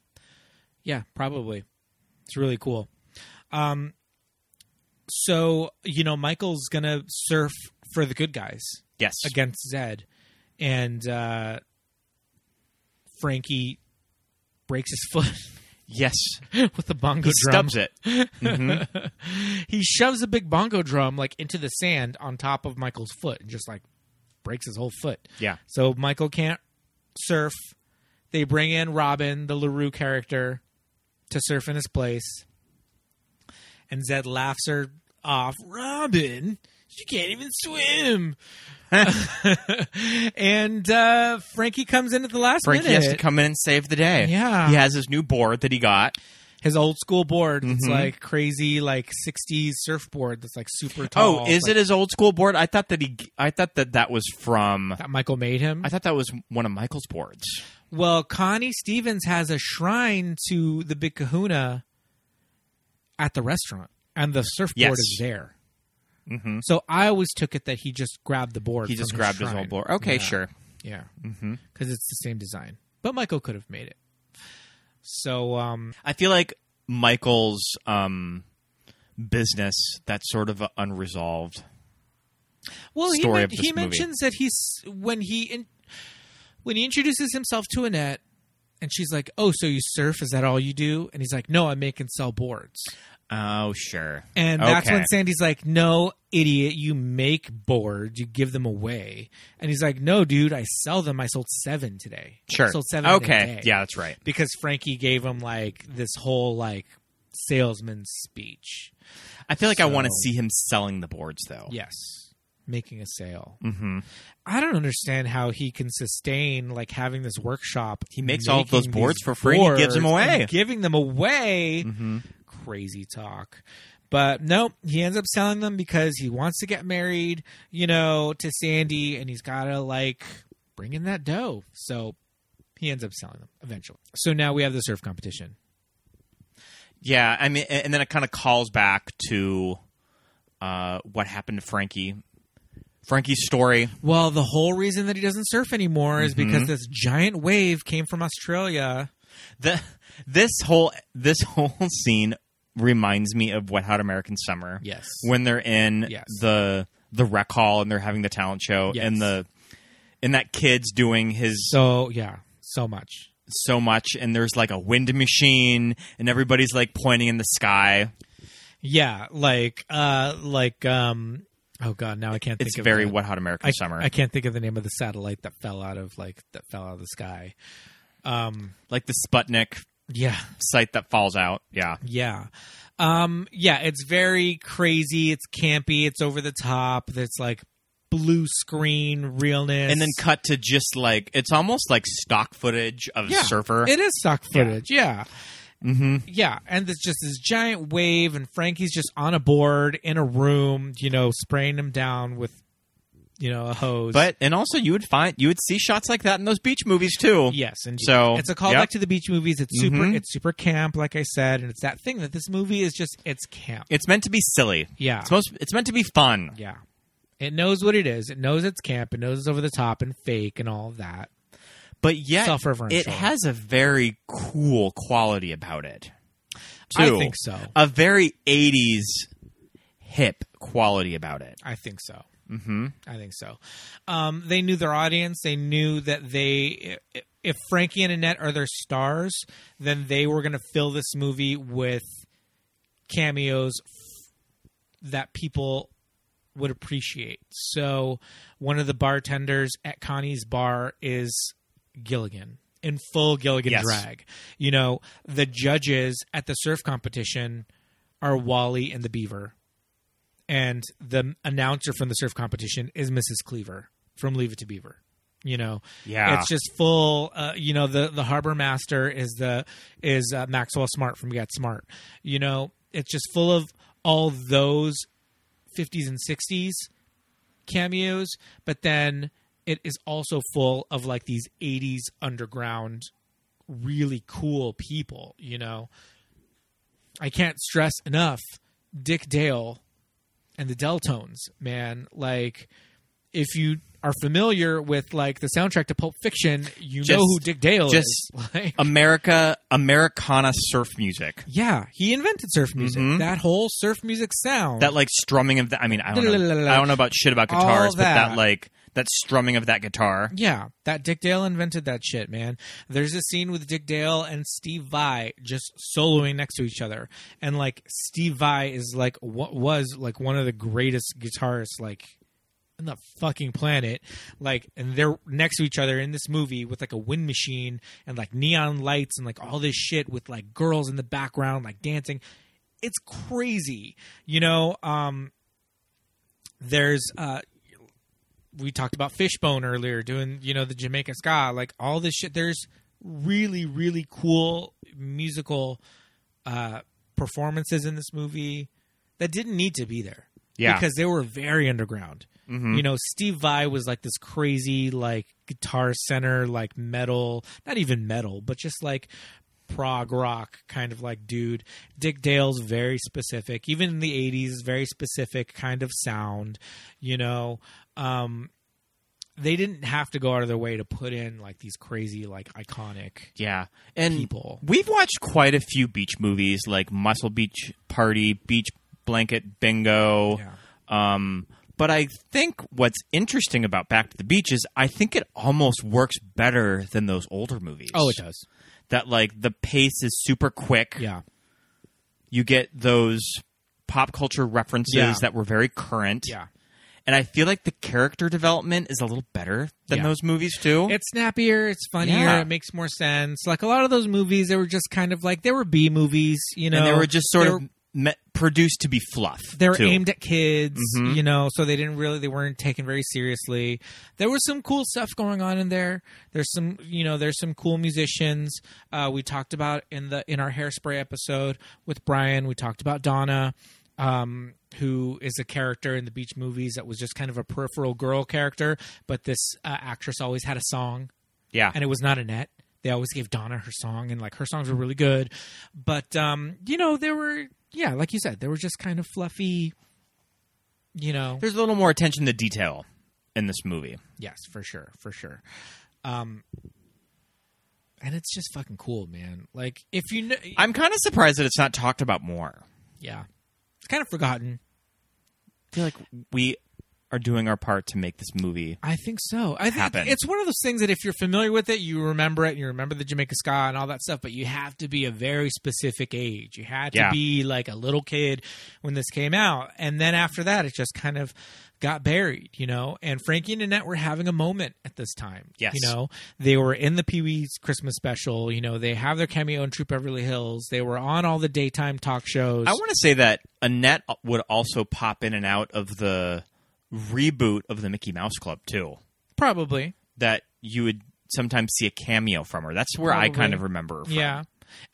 yeah probably it's really cool um so you know michael's gonna surf for the good guys
yes,
against zed and uh frankie breaks his foot
yes,
with the bongo
he
drum
stubs it.
he shoves a big bongo drum like into the sand on top of Michael's foot and just like breaks his whole foot.
Yeah.
So Michael can't surf. They bring in Robin, the LaRue character, to surf in his place. And Zed laughs her off. Robin, she can't even swim. and uh, Frankie comes in at the last
Frankie
minute.
has to come in and save the day.
Yeah.
He has his new board that he got.
his old school board. It's
Mhm.
like crazy, like '60s surfboard that's like super tall.
oh, is
Like,
it his old school board? I thought that he I thought that that was from
that Michael made him?
I thought that was one of Michael's boards.
Well, Connie Stevens has a shrine to the Big Kahuna at the restaurant, and the surfboard
Yes.
is there.
Mhm.
So I always took it that he just grabbed the board.
He
from
just grabbed his
shrine.
old board. Okay,
Yeah.
sure.
Yeah,
Mhm.
because it's the same design. But Michael could have made it. So um,
I feel like Michael's um, business that's sort of unresolved.
well, he,
Story
men-
of this
he
movie.
mentions that he's when he in, when he introduces himself to Annette, and she's like, "Oh, so you surf? Is that all you do?" And he's like, "No, I make and sell boards."
Oh, sure.
And that's
Okay.
when Sandy's like, "No, idiot, you make boards, you give them away." And he's like, "No, dude, I sell them. I sold 7 today."
Sure.
I sold 7 in a
okay.
day."
Yeah, that's right.
Because Frankie gave him like this whole like salesman speech.
I feel like I want to
So-
see him selling the boards though.
Yes. Making a sale.
hmm
I don't understand how he can sustain like having this workshop. He
makes all of those boards for free and he gives them away.
Giving them away.
Mm-hmm.
Crazy talk. But nope, he ends up selling them because he wants to get married, you know, to Sandy and he's got to like bring in that dough. So he ends up selling them eventually. So now we have the surf competition.
Yeah, I mean, and then it kind of calls back to uh, what happened to Frankie. Frankie's story.
Well, the whole reason that he doesn't surf anymore is because this giant wave came from Australia.
The, this whole this whole scene reminds me of Wet Hot American Summer.
Yes.
when they're in
Yes.
the the rec hall and they're having the talent show
Yes.
and the and that kid's doing his so,
So, yeah, so much.
much and there's like a wind machine and everybody's like pointing in the sky.
Yeah, like uh like um oh god, now I can't think
It's
of
very
the,
Wet Hot American
I,
Summer.
I can't think of the name of the satellite that fell out of like that fell out of the sky. Um
like the Sputnik
yeah,
site that falls out. Yeah.
yeah. Um yeah, it's very crazy, it's campy, it's over the top, it's like blue screen realness.
and then cut to just like it's almost like stock footage of
Yeah,
a surfer.
It is stock
Yeah.
footage, yeah.
mm-hmm.
Yeah, and there's just this giant wave, and Frankie's just on a board in a room, you know, spraying him down with, you know, a hose.
But and also you would find you would see shots like that in those beach movies too.
Yes, and
So,
it's a callback
yep.
to the beach movies. It's super,
Mhm.
it's super camp, like I said, and it's that thing that this movie is just it's camp.
It's meant to be silly.
Yeah.
It's most it's meant to be fun.
yeah, it knows what it is. It knows it's camp. It knows it's over the top and fake and all of that.
But yet
Self-referential.
it has a very cool quality about it.
I
too.
think so.
A very 80s hip quality about it.
I think so.
Mhm.
I think so. Um, they knew their audience. They knew that they, if Frankie and Annette are their stars, then they were going to fill this movie with cameos f- that people would appreciate. So, one of the bartenders at Connie's bar is Gilligan in full Gilligan
Yes.
drag. You know, the judges at the surf competition are Wally and the Beaver and the announcer from the surf competition is Mrs. Cleaver from Leave It to Beaver. You know,
Yeah.
it's just full. Uh, you know, the the harbor master is the is uh, Maxwell Smart from Get Smart. You know, it's just full of all those fifties and sixties cameos, but then it is also full of like these eighties underground, really cool people. You know, I can't stress enough Dick Dale and the Deltones, man. Like, if you are familiar with like the soundtrack to Pulp Fiction, you
Just-
know who Dick Dale
just
is. Like,
America Americana surf music.
yeah, he invented surf music.
Mhm.
That whole surf music sound.
That like strumming of the I mean I don't know,
Da-la-la-la-la.
I don't know about shit about
All
guitars, but
that.
that like that strumming of that guitar.
yeah, that Dick Dale invented that shit, man. There's a scene with Dick Dale and Steve Vai just soloing next to each other, and like Steve Vai is like what was like one of the greatest guitarists like on the fucking planet like and they're next to each other in this movie with like a wind machine and like neon lights and like all this shit with like girls in the background like dancing it's crazy you know um there's uh we talked about fishbone earlier doing you know the jamaica ska like all this shit there's really really cool musical uh performances in this movie that didn't need to be there
Yeah.
because they were very underground you know steve vai was like this crazy like guitar center like metal not even metal but just like prog rock kind of like dude dick dale's very specific even in the 80s very specific kind of sound you know um they didn't have to go out of their way to put in like these crazy like iconic
Yeah, and
People.
We've watched quite a few beach movies, like Muscle Beach Party, Beach Blanket Bingo.
Yeah.
Um, but I think what's interesting about Back to the Beach is I think it almost works better than those older movies.
Oh, does
That like the pace is super quick.
yeah
You get those pop culture references
Yeah.
that were very current.
yeah
And I feel like the character development is a little better than
Yeah.
those movies too.
It's snappier. It's funnier.
Yeah.
It makes more sense. Like a lot of those movies, they were just kind of like they were B movies, you know.
and they were just sort
They
of
were-
me- produced to be fluff.
they were
too.
aimed at kids,
Mhm.
you know, so they didn't really they weren't taken very seriously. There was some cool stuff going on in there. There's some, you know, there's some cool musicians. Uh, we talked about in the in our hairspray episode with Brian. We talked about Donna. Um, who is a character in the beach movies that was just kind of a peripheral girl character, but this uh, actress always had a song
Yeah.
and it was not Annette. They always gave Donna her song, and like her songs were really good. But um, you know, there were yeah, like you said, there were just kind of fluffy. You know,
There's a little more attention to detail in this movie.
yes, for sure, for sure. Um, and it's just fucking cool, man. Like if you know,
I'm kind of surprised that it's not talked about more.
yeah, it's kind of forgotten.
I feel like we are doing our part to make this movie.
I think so. I think
Happen.
it's one of those things that if you're familiar with it, you remember it and you remember the Jamaica ska and all that stuff, but you have to be a very specific age. You had to
Yeah.
be like a little kid when this came out. And then after that, it just kind of got buried, you know? And Frankie and Annette were having a moment at this time.
Yes.
You know, they were in the Pee Wee's Christmas special. You know, they have their cameo in True Beverly Hills. They were on all the daytime talk shows.
I want to say that Annette would also pop in and out of the reboot of the Mickey Mouse Club too.
Probably.
That you would sometimes see a cameo from her. That's where I kind
Probably.
of remember. Her from.
Yeah.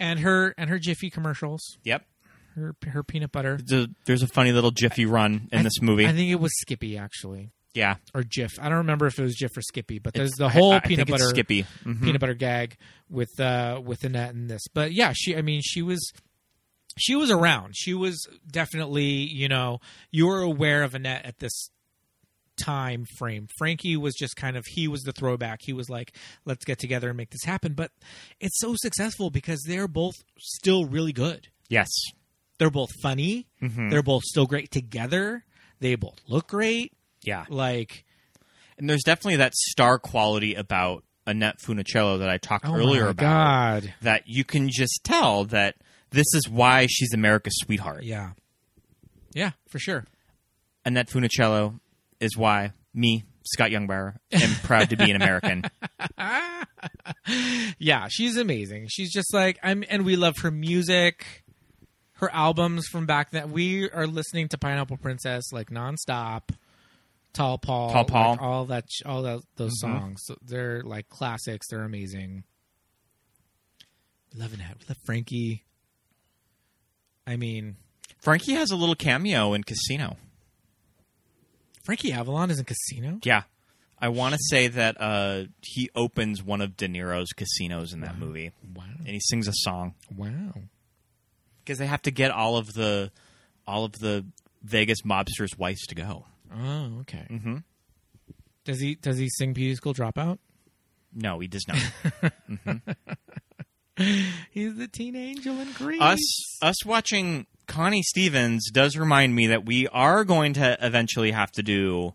And her and her Jiffy commercials,
Yep.
her her peanut butter.
There's a- There's a funny little Jiffy run in
I
this
th-
movie.
I think it was Skippy actually,
yeah.
or Jif. I don't remember if it was Jif or Skippy, but there's
It's-
the whole
I- I
peanut
think it's
butter
Skippy. Mhm.
peanut butter gag with uh with Annette in this. But yeah, she. I mean, she was she was around. She was definitely you know you were aware of Annette at this time frame. Frankie was just kind of he was the throwback. He was like, let's get together and make this happen. But it's so successful because they're both still really good
Yes.
they're both funny. They're both still great together. They both look great.
Yeah.
Like
And there's definitely that star quality about Annette Funicello that I talked
oh
earlier
my
about.
God.
That you can just tell that this is why she's America's sweetheart.
Yeah. Yeah, for sure.
Annette Funicello is why me, Scott Youngbauer, am proud to be an American.
Yeah, she's amazing. She's just like I'm and we love her music. Her albums from back then. We are listening to Pineapple Princess like nonstop. Tall Paul,
Tall Paul. Mm-hmm.
like, all that, sh- all that, those songs. They're like classics. They're amazing. We love Annette. We love Frankie. I mean,
Frankie has a little cameo in Casino.
Frankie Avalon is in Casino.
Yeah. I want to say that uh, he opens one of De Niro's casinos in that movie.
Wow.
And he sings a song
Wow.
because they have to get all of the all of the Vegas mobsters' wives to go.
Oh, okay. Mm-hmm. Does he does he sing Beauty School Dropout?
No, he does not.
He's the teen angel in Greece.
us us watching Connie Stevens does remind me that we are going to eventually have to do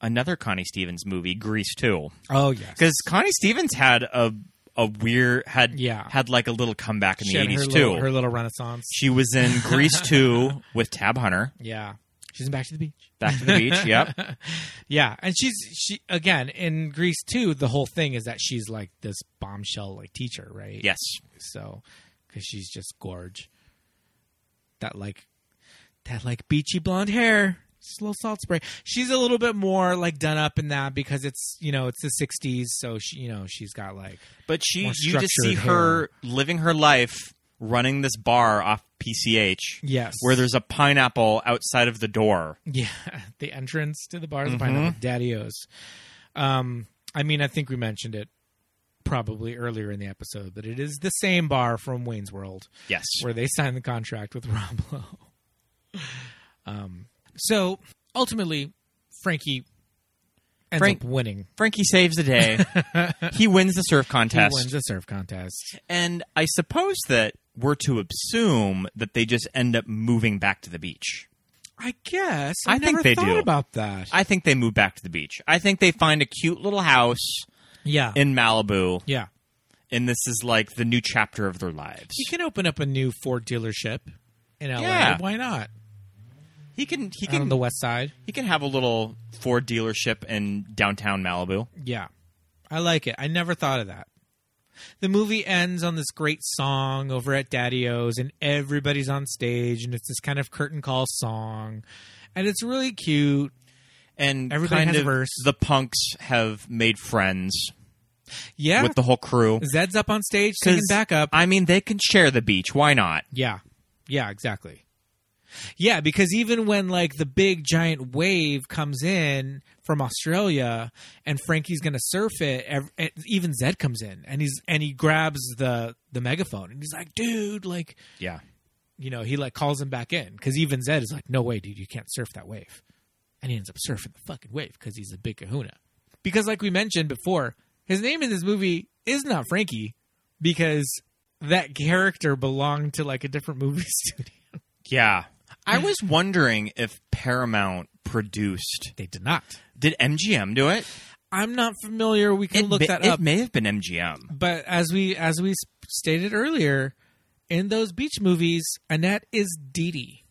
another Connie Stevens movie, Grease Two,
Oh yes.
because Connie Stevens had a a weird had
Yeah.
had like a little comeback in
She
the
had her
eighties
little-
too.
Her little renaissance.
she was in Grease Two with Tab Hunter,
Yeah. She's in Back to the Beach.
Back to the Beach, yep.
Yeah, and she's she again in Greece too. The whole thing is that she's like this bombshell like teacher, right?
Yes.
So, because she's just gorge. That like, that like beachy blonde hair, just a little salt spray. She's a little bit more like done up in that because it's you know it's the '60s, so she you know she's got like
But she,
More
you just see
structured
her living her life, running this bar off PCH.
Yes.
Where there's a pineapple outside of the door.
Yeah, the entrance to the bar is pineapple daddios. Um, I mean, I think we mentioned it probably earlier in the episode, but it is the same bar from Wayne's World
Yes.
where they signed the contract with Rob Lowe. Um, so ultimately, Frankie ends
Frank-
up winning.
Frankie saves the day. he wins the surf contest.
He wins the surf contest.
And I suppose that we're to assume that they just end up moving back to the beach.
I guess
I think
never
they
thought
do.
about that.
I think they move back to the beach. I think they find a cute little house
yeah,
in Malibu,
yeah.
and this is like the new chapter of their lives.
You can open up a new Ford dealership in LA.
Yeah.
Why not? Um,
He can he
Out on
can
the West Side.
he can have a little Ford dealership in downtown Malibu.
Yeah. I like it. I never thought of that. The movie ends on this great song over at Daddy O's, and everybody's on stage, and it's this kind of curtain call song. And it's really cute.
And
Everybody
kind
has a
of
verse.
the punks have made friends
Yeah.
with the whole crew.
Zed's up on stage, singing
'Cause,
back up.
I mean, they can share the beach. Why not?
Yeah. Yeah, exactly. Yeah, because even when like the big giant wave comes in from Australia and Frankie's going to surf it, ev- and even Zed comes in and he's and he grabs the the megaphone and he's like, "Dude, like
Yeah.
you know, he like calls him back in because even Zed is like, no way, dude, you can't surf that wave. And he ends up surfing the fucking wave because he's a big kahuna. Because, like we mentioned before, his name in this movie is not Frankie because that character belonged to like a different movie studio.
Yeah. I was wondering if Paramount produced.
They did not.
Did MGM do it?
I'm not familiar. We can
it
look
may-
that
it
up.
may have been MGM.
but as we as we s- stated earlier, in those beach movies, Annette is Dee Dee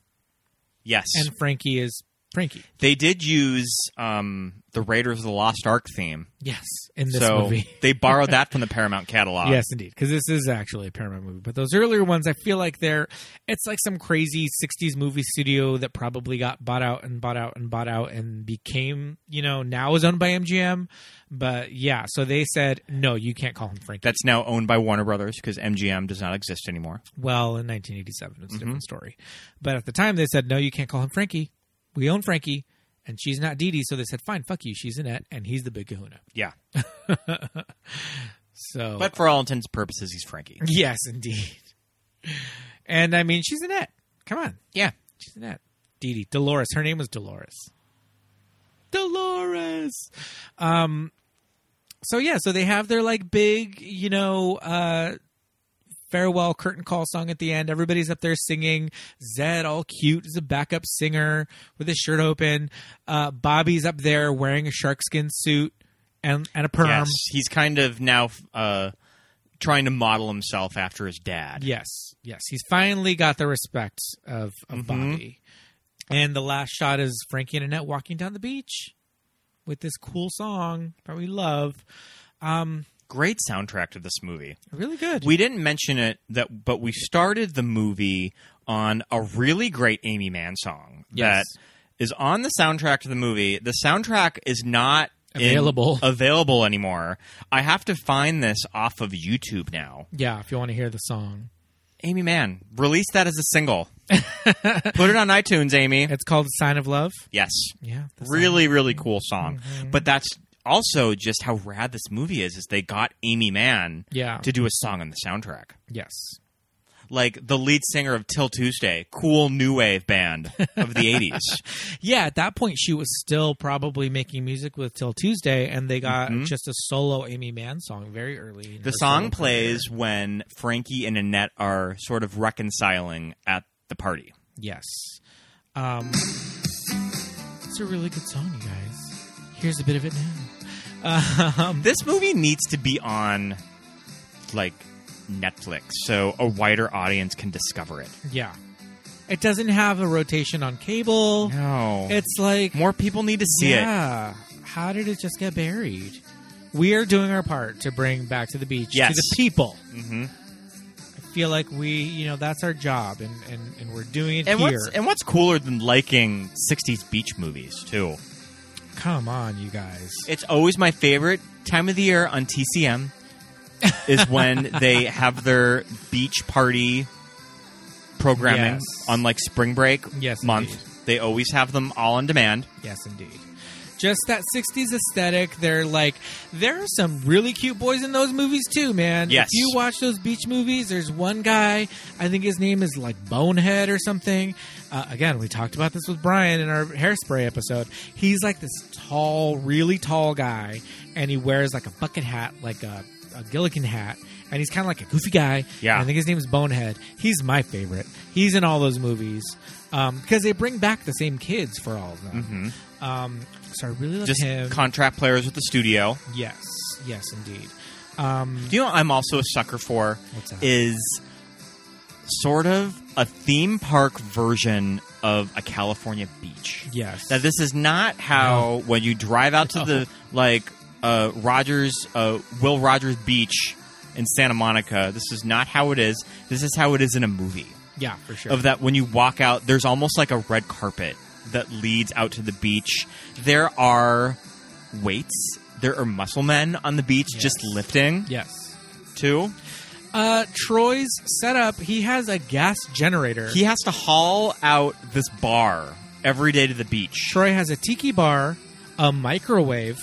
Yes.
and Frankie is Frankie.
they did use um, the Raiders of the Lost Ark theme.
Yes, in this
so
movie.
they borrowed that from the Paramount catalog.
Yes, indeed, because this is actually a Paramount movie. But those earlier ones, I feel like they're it's like some crazy '60s movie studio that probably got bought out and bought out and bought out and became, you know, now is owned by MGM. But yeah, so they said no, you can't call him Frankie.
That's now owned by Warner Brothers because MGM does not exist anymore.
well in 1987.
Mm-hmm.
It's a different story, but at the time they said no, you can't call him Frankie. We own Frankie, and she's not Dee Dee. So they said fine, fuck you, she's Annette, and he's the big Kahuna.
Yeah.
So
But for all intents and purposes, he's Frankie.
yes, indeed. And I mean, she's Annette. Come on.
Yeah.
She's an at Dee Dee. Dolores. Her name was Dolores. Dolores. Um so yeah, so they have their like big, you know, uh farewell curtain call song at the end. Everybody's up there singing. Zed, all cute, is a backup singer with his shirt open. Uh Bobby's up there wearing a sharkskin suit and and a perm.
Yes. He's kind of now uh, trying to model himself after his dad.
Yes, yes, he's finally got the respect of, of
Mm-hmm.
Bobby. And the last shot is Frankie and Annette walking down the beach with this cool song that we love.
Great soundtrack to this movie.
Really good.
We didn't mention it that, but we started the movie on a really great Amy Mann song
Yes.
that is on the soundtrack to the movie. The soundtrack is not in-
Available.
available anymore. I have to find this off of YouTube now.
yeah, if you want to hear the song,
Amy Mann, release that as a single. Put it on iTunes, Amy.
it's called "Sign of Love."
Yes,
Yeah, the song. Mm-hmm.
really, really cool song. But that's also just how rad this movie is. Is they got Amy Mann
Yeah.
to do a song on the soundtrack.
Yes,
like the lead singer of Till Tuesday, cool new wave band of the 80s.
yeah. At that point, she was still probably making music with Till Tuesday, and they got just a solo Amy Mann song very early. in
Mm-hmm. The
her solo
song
career.
plays when Frankie and Annette are sort of reconciling at the party.
Yes. Um, it's a really good song, you guys. Here's a bit of it now. Um,
This movie needs to be on like Netflix so a wider audience can discover it.
yeah. It doesn't have a rotation on cable.
No.
It's like
more people need to see it.
yeah. How did it just get buried? We are doing our part to bring Back to the Beach
Yes.
to the people.
Mm-hmm.
I feel like we, you know, that's our job, and and, and we're doing it
And
here.
what's and what's cooler than liking '60s beach movies too?
Come on, you guys.
It's always my favorite time of the year on TCM is when they have their beach party programming
Yes.
on like spring break
Yes,
month.
indeed.
They always have them all on demand.
Yes, indeed. Just that 60s aesthetic. They're like, there are some really cute boys in those movies too, man.
Yes.
If you watch those beach movies, there's one guy, I think his name is like Bonehead or something. Uh, again, we talked about this with Brian in our hairspray episode. He's like this tall, really tall guy, and he wears like a bucket hat, like a, a Gilligan hat. And he's kind of like a goofy guy.
Yeah.
And I think his name is Bonehead. He's my favorite. He's in all those movies because they bring back the same kids for all of them.
Mm-hmm.
Um, so I really love
Just
him.
contract players with the studio.
yes, yes, indeed. Um,
Do you know what I'm also a sucker for
What's that?
is sort of a theme park version of a California beach.
yes,
Now this is not how when you drive out to
No.
the like uh, Rogers uh, Will Rogers Beach in Santa Monica. This is not how it is. This is how it is in a movie.
yeah, for sure.
Of that when you walk out, there's almost like a red carpet that leads out to the beach. There are weights. There are muscle men on the beach just
Yes.
lifting
yes.
too.
Uh, Troy's setup. He has a gas generator.
He has to haul out this bar every day to the beach.
Troy has a tiki bar, a microwave,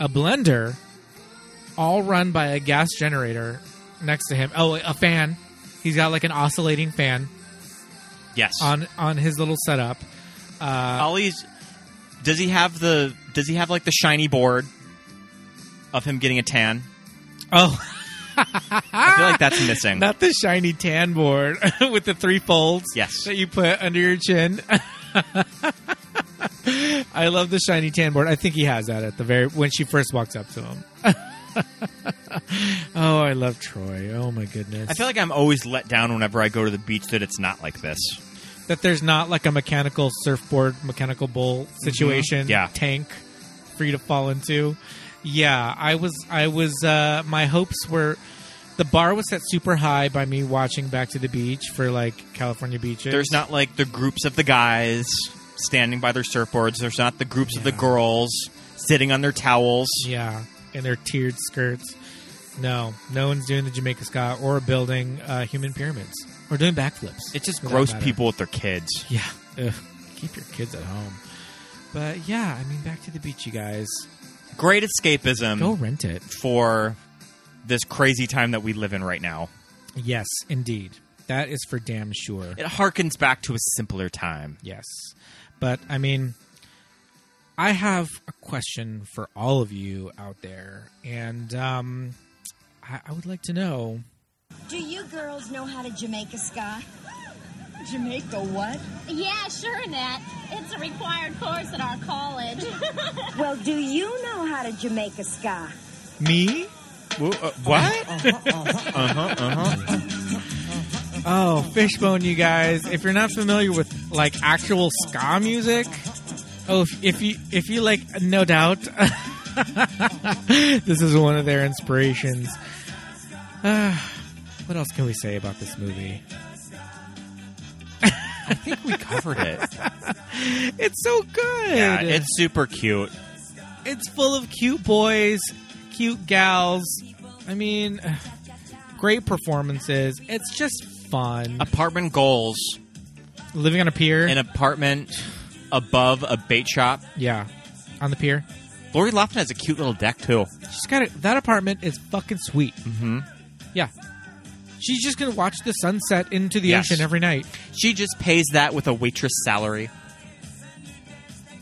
a blender, all run by a gas generator next to him. Oh, a fan. He's got like an oscillating fan
Yes.
on on his little setup. Uh,
Ollie's does he have the does he have like the shiny board of him getting a tan?
oh.
I feel like that's
Ah!
missing.
Not the shiny tan board with the three folds.
Yes.
That you put under your chin. I love the shiny tan board. I think he has that at the very when she first walks up to him. oh, I love Troy. Oh my goodness.
I feel like I'm always let down whenever I go to the beach that it's not like this.
that there's not like a mechanical surfboard, mechanical bowl situation,
Mm-hmm. Yeah.
tank for you to fall into. Yeah, I was, I was, uh, my hopes were. The bar was set super high by me watching Back to the Beach for like California beaches.
There's not like the groups of the guys standing by their surfboards. There's not the groups of the
Yeah.
girls sitting on their towels.
Yeah, and their tiered skirts. No, no one's doing the Jamaica Scott or building uh, human pyramids or doing backflips.
It's just
for that
gross
matter.
people with their kids.
Yeah, Ugh. keep your kids at home. But yeah, I mean, back to the beach, you guys.
Great escapism
Go rent it.
for this crazy time that we live in right now.
Yes, indeed. That is for damn sure.
It harkens back to a simpler time.
Yes. But I mean, I have a question for all of you out there, and um, I, I would like to know.
Do you girls know how to Jamaica ska? Jamaica what?
Yeah, sure, Nat. It's a required course at our college.
Well, do you know how to Jamaica ska?
Me? uh,
what?
Oh, Fishbone, you guys! If you're not familiar with like actual ska music, oh, if, if you if you like, no doubt, this is one of their inspirations. Ah, what else can we say about this movie?
I think we covered it.
It's so good.
Yeah, it's super cute.
it's full of cute boys, cute gals. I mean, great performances. It's just fun.
Apartment goals.
Living on a pier.
An apartment above a bait shop.
yeah, on the pier.
Lori Laughlin has a cute little deck too.
She's got it. That apartment is fucking sweet. Mm-hmm. Yeah. She's just gonna watch the sunset into the
Yes.
ocean every night.
She just pays that with a waitress salary.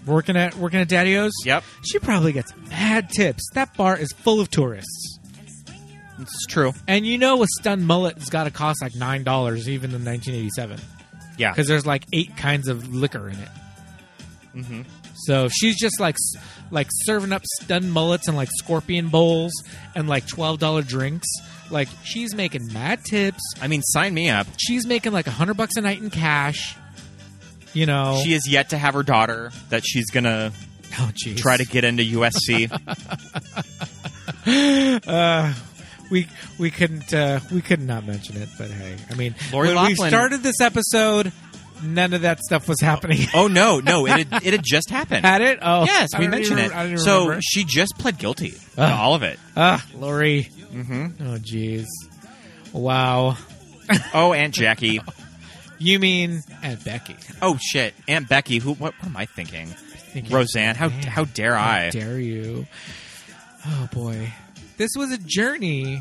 Working at working at Daddy O's.
Yep.
She probably gets mad tips. That bar is full of tourists.
It's true.
And you know a stunned mullet has gotta cost like nine dollars even in nineteen eighty seven.
Yeah.
because there's like eight kinds of liquor in it. Mm-hmm.
Mm-hmm.
So she's just like s- like serving up stun mullets and like scorpion bowls and like twelve dollar drinks. Like she's making mad tips.
I mean, sign me up.
She's making like a hundred bucks a night in cash. You know, Oh,
She has yet to have her daughter that she's gonna try to get into USC.
uh, we we couldn't uh, we could not mention it, but hey, I mean,
Lori
when we
Loughlin-
started this episode, none of that stuff was happening.
oh no, no, it had, it had just happened.
Had it? Oh,
yes,
I
we
don't
mentioned
even-
it.
I don't even
so
remember.
she just pled guilty to
Ugh.
all of it.
Ah, Lori.
Mm-hmm.
Oh, jeez. Wow.
oh, Aunt Jackie.
You mean Aunt Becky?
Oh shit, Aunt Becky. Who? What, what am I thinking? Roseanne. How
Man,
how dare
how
I?
dare you? Oh boy, this was a journey.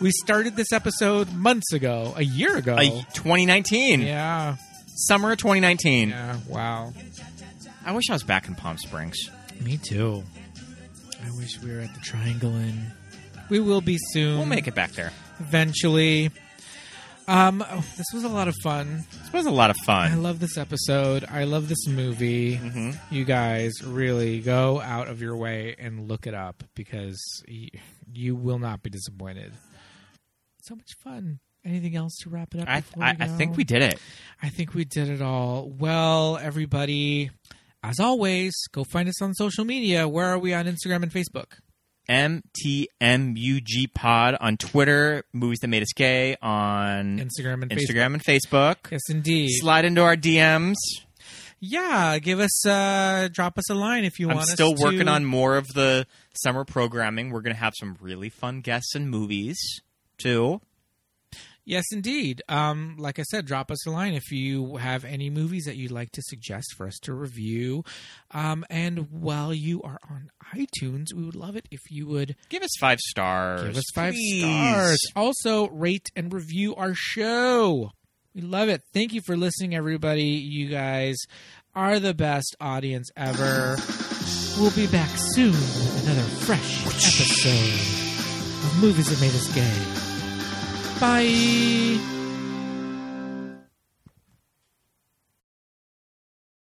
We started this episode months ago, a year ago,
A- 2019.
Yeah.
Summer of 2019.
Yeah. Wow.
I wish I was back in Palm Springs.
Me too. I wish we were at the Triangle Inn. We will be soon.
We'll make it back there.
eventually. Um, oh, this was a lot of fun.
This was a lot of
I
fun.
love this episode. I love this movie.
Mm-hmm.
You guys really go out of your way and look it up because y- you will not be disappointed. So much fun. Anything else to wrap it up?
I,
before
I, I
go?
think we did it.
I think we did it all. Well, everybody, as always, go find us on social media. Where are we on Instagram and Facebook?
MTMUG Pod on Twitter, Movies That Made Us Gay on
Instagram and
Instagram and Facebook.
Yes, indeed.
Slide into our DMs.
Yeah, give us, uh drop us a line if you
I'm
want. us
still
to-
working on more of the summer programming. We're going to have some really fun guests and movies too.
Yes, indeed. Um, like I said, drop us a line if you have any movies that you'd like to suggest for us to review. Um, and while you are on iTunes, we would love it if you would
Give us five stars.
give us five
please.
stars. Also, rate and review our show. We love it. Thank you for listening, everybody. You guys are the best audience ever. We'll be back soon with another fresh episode of Movies That Made Us Gay. Bye.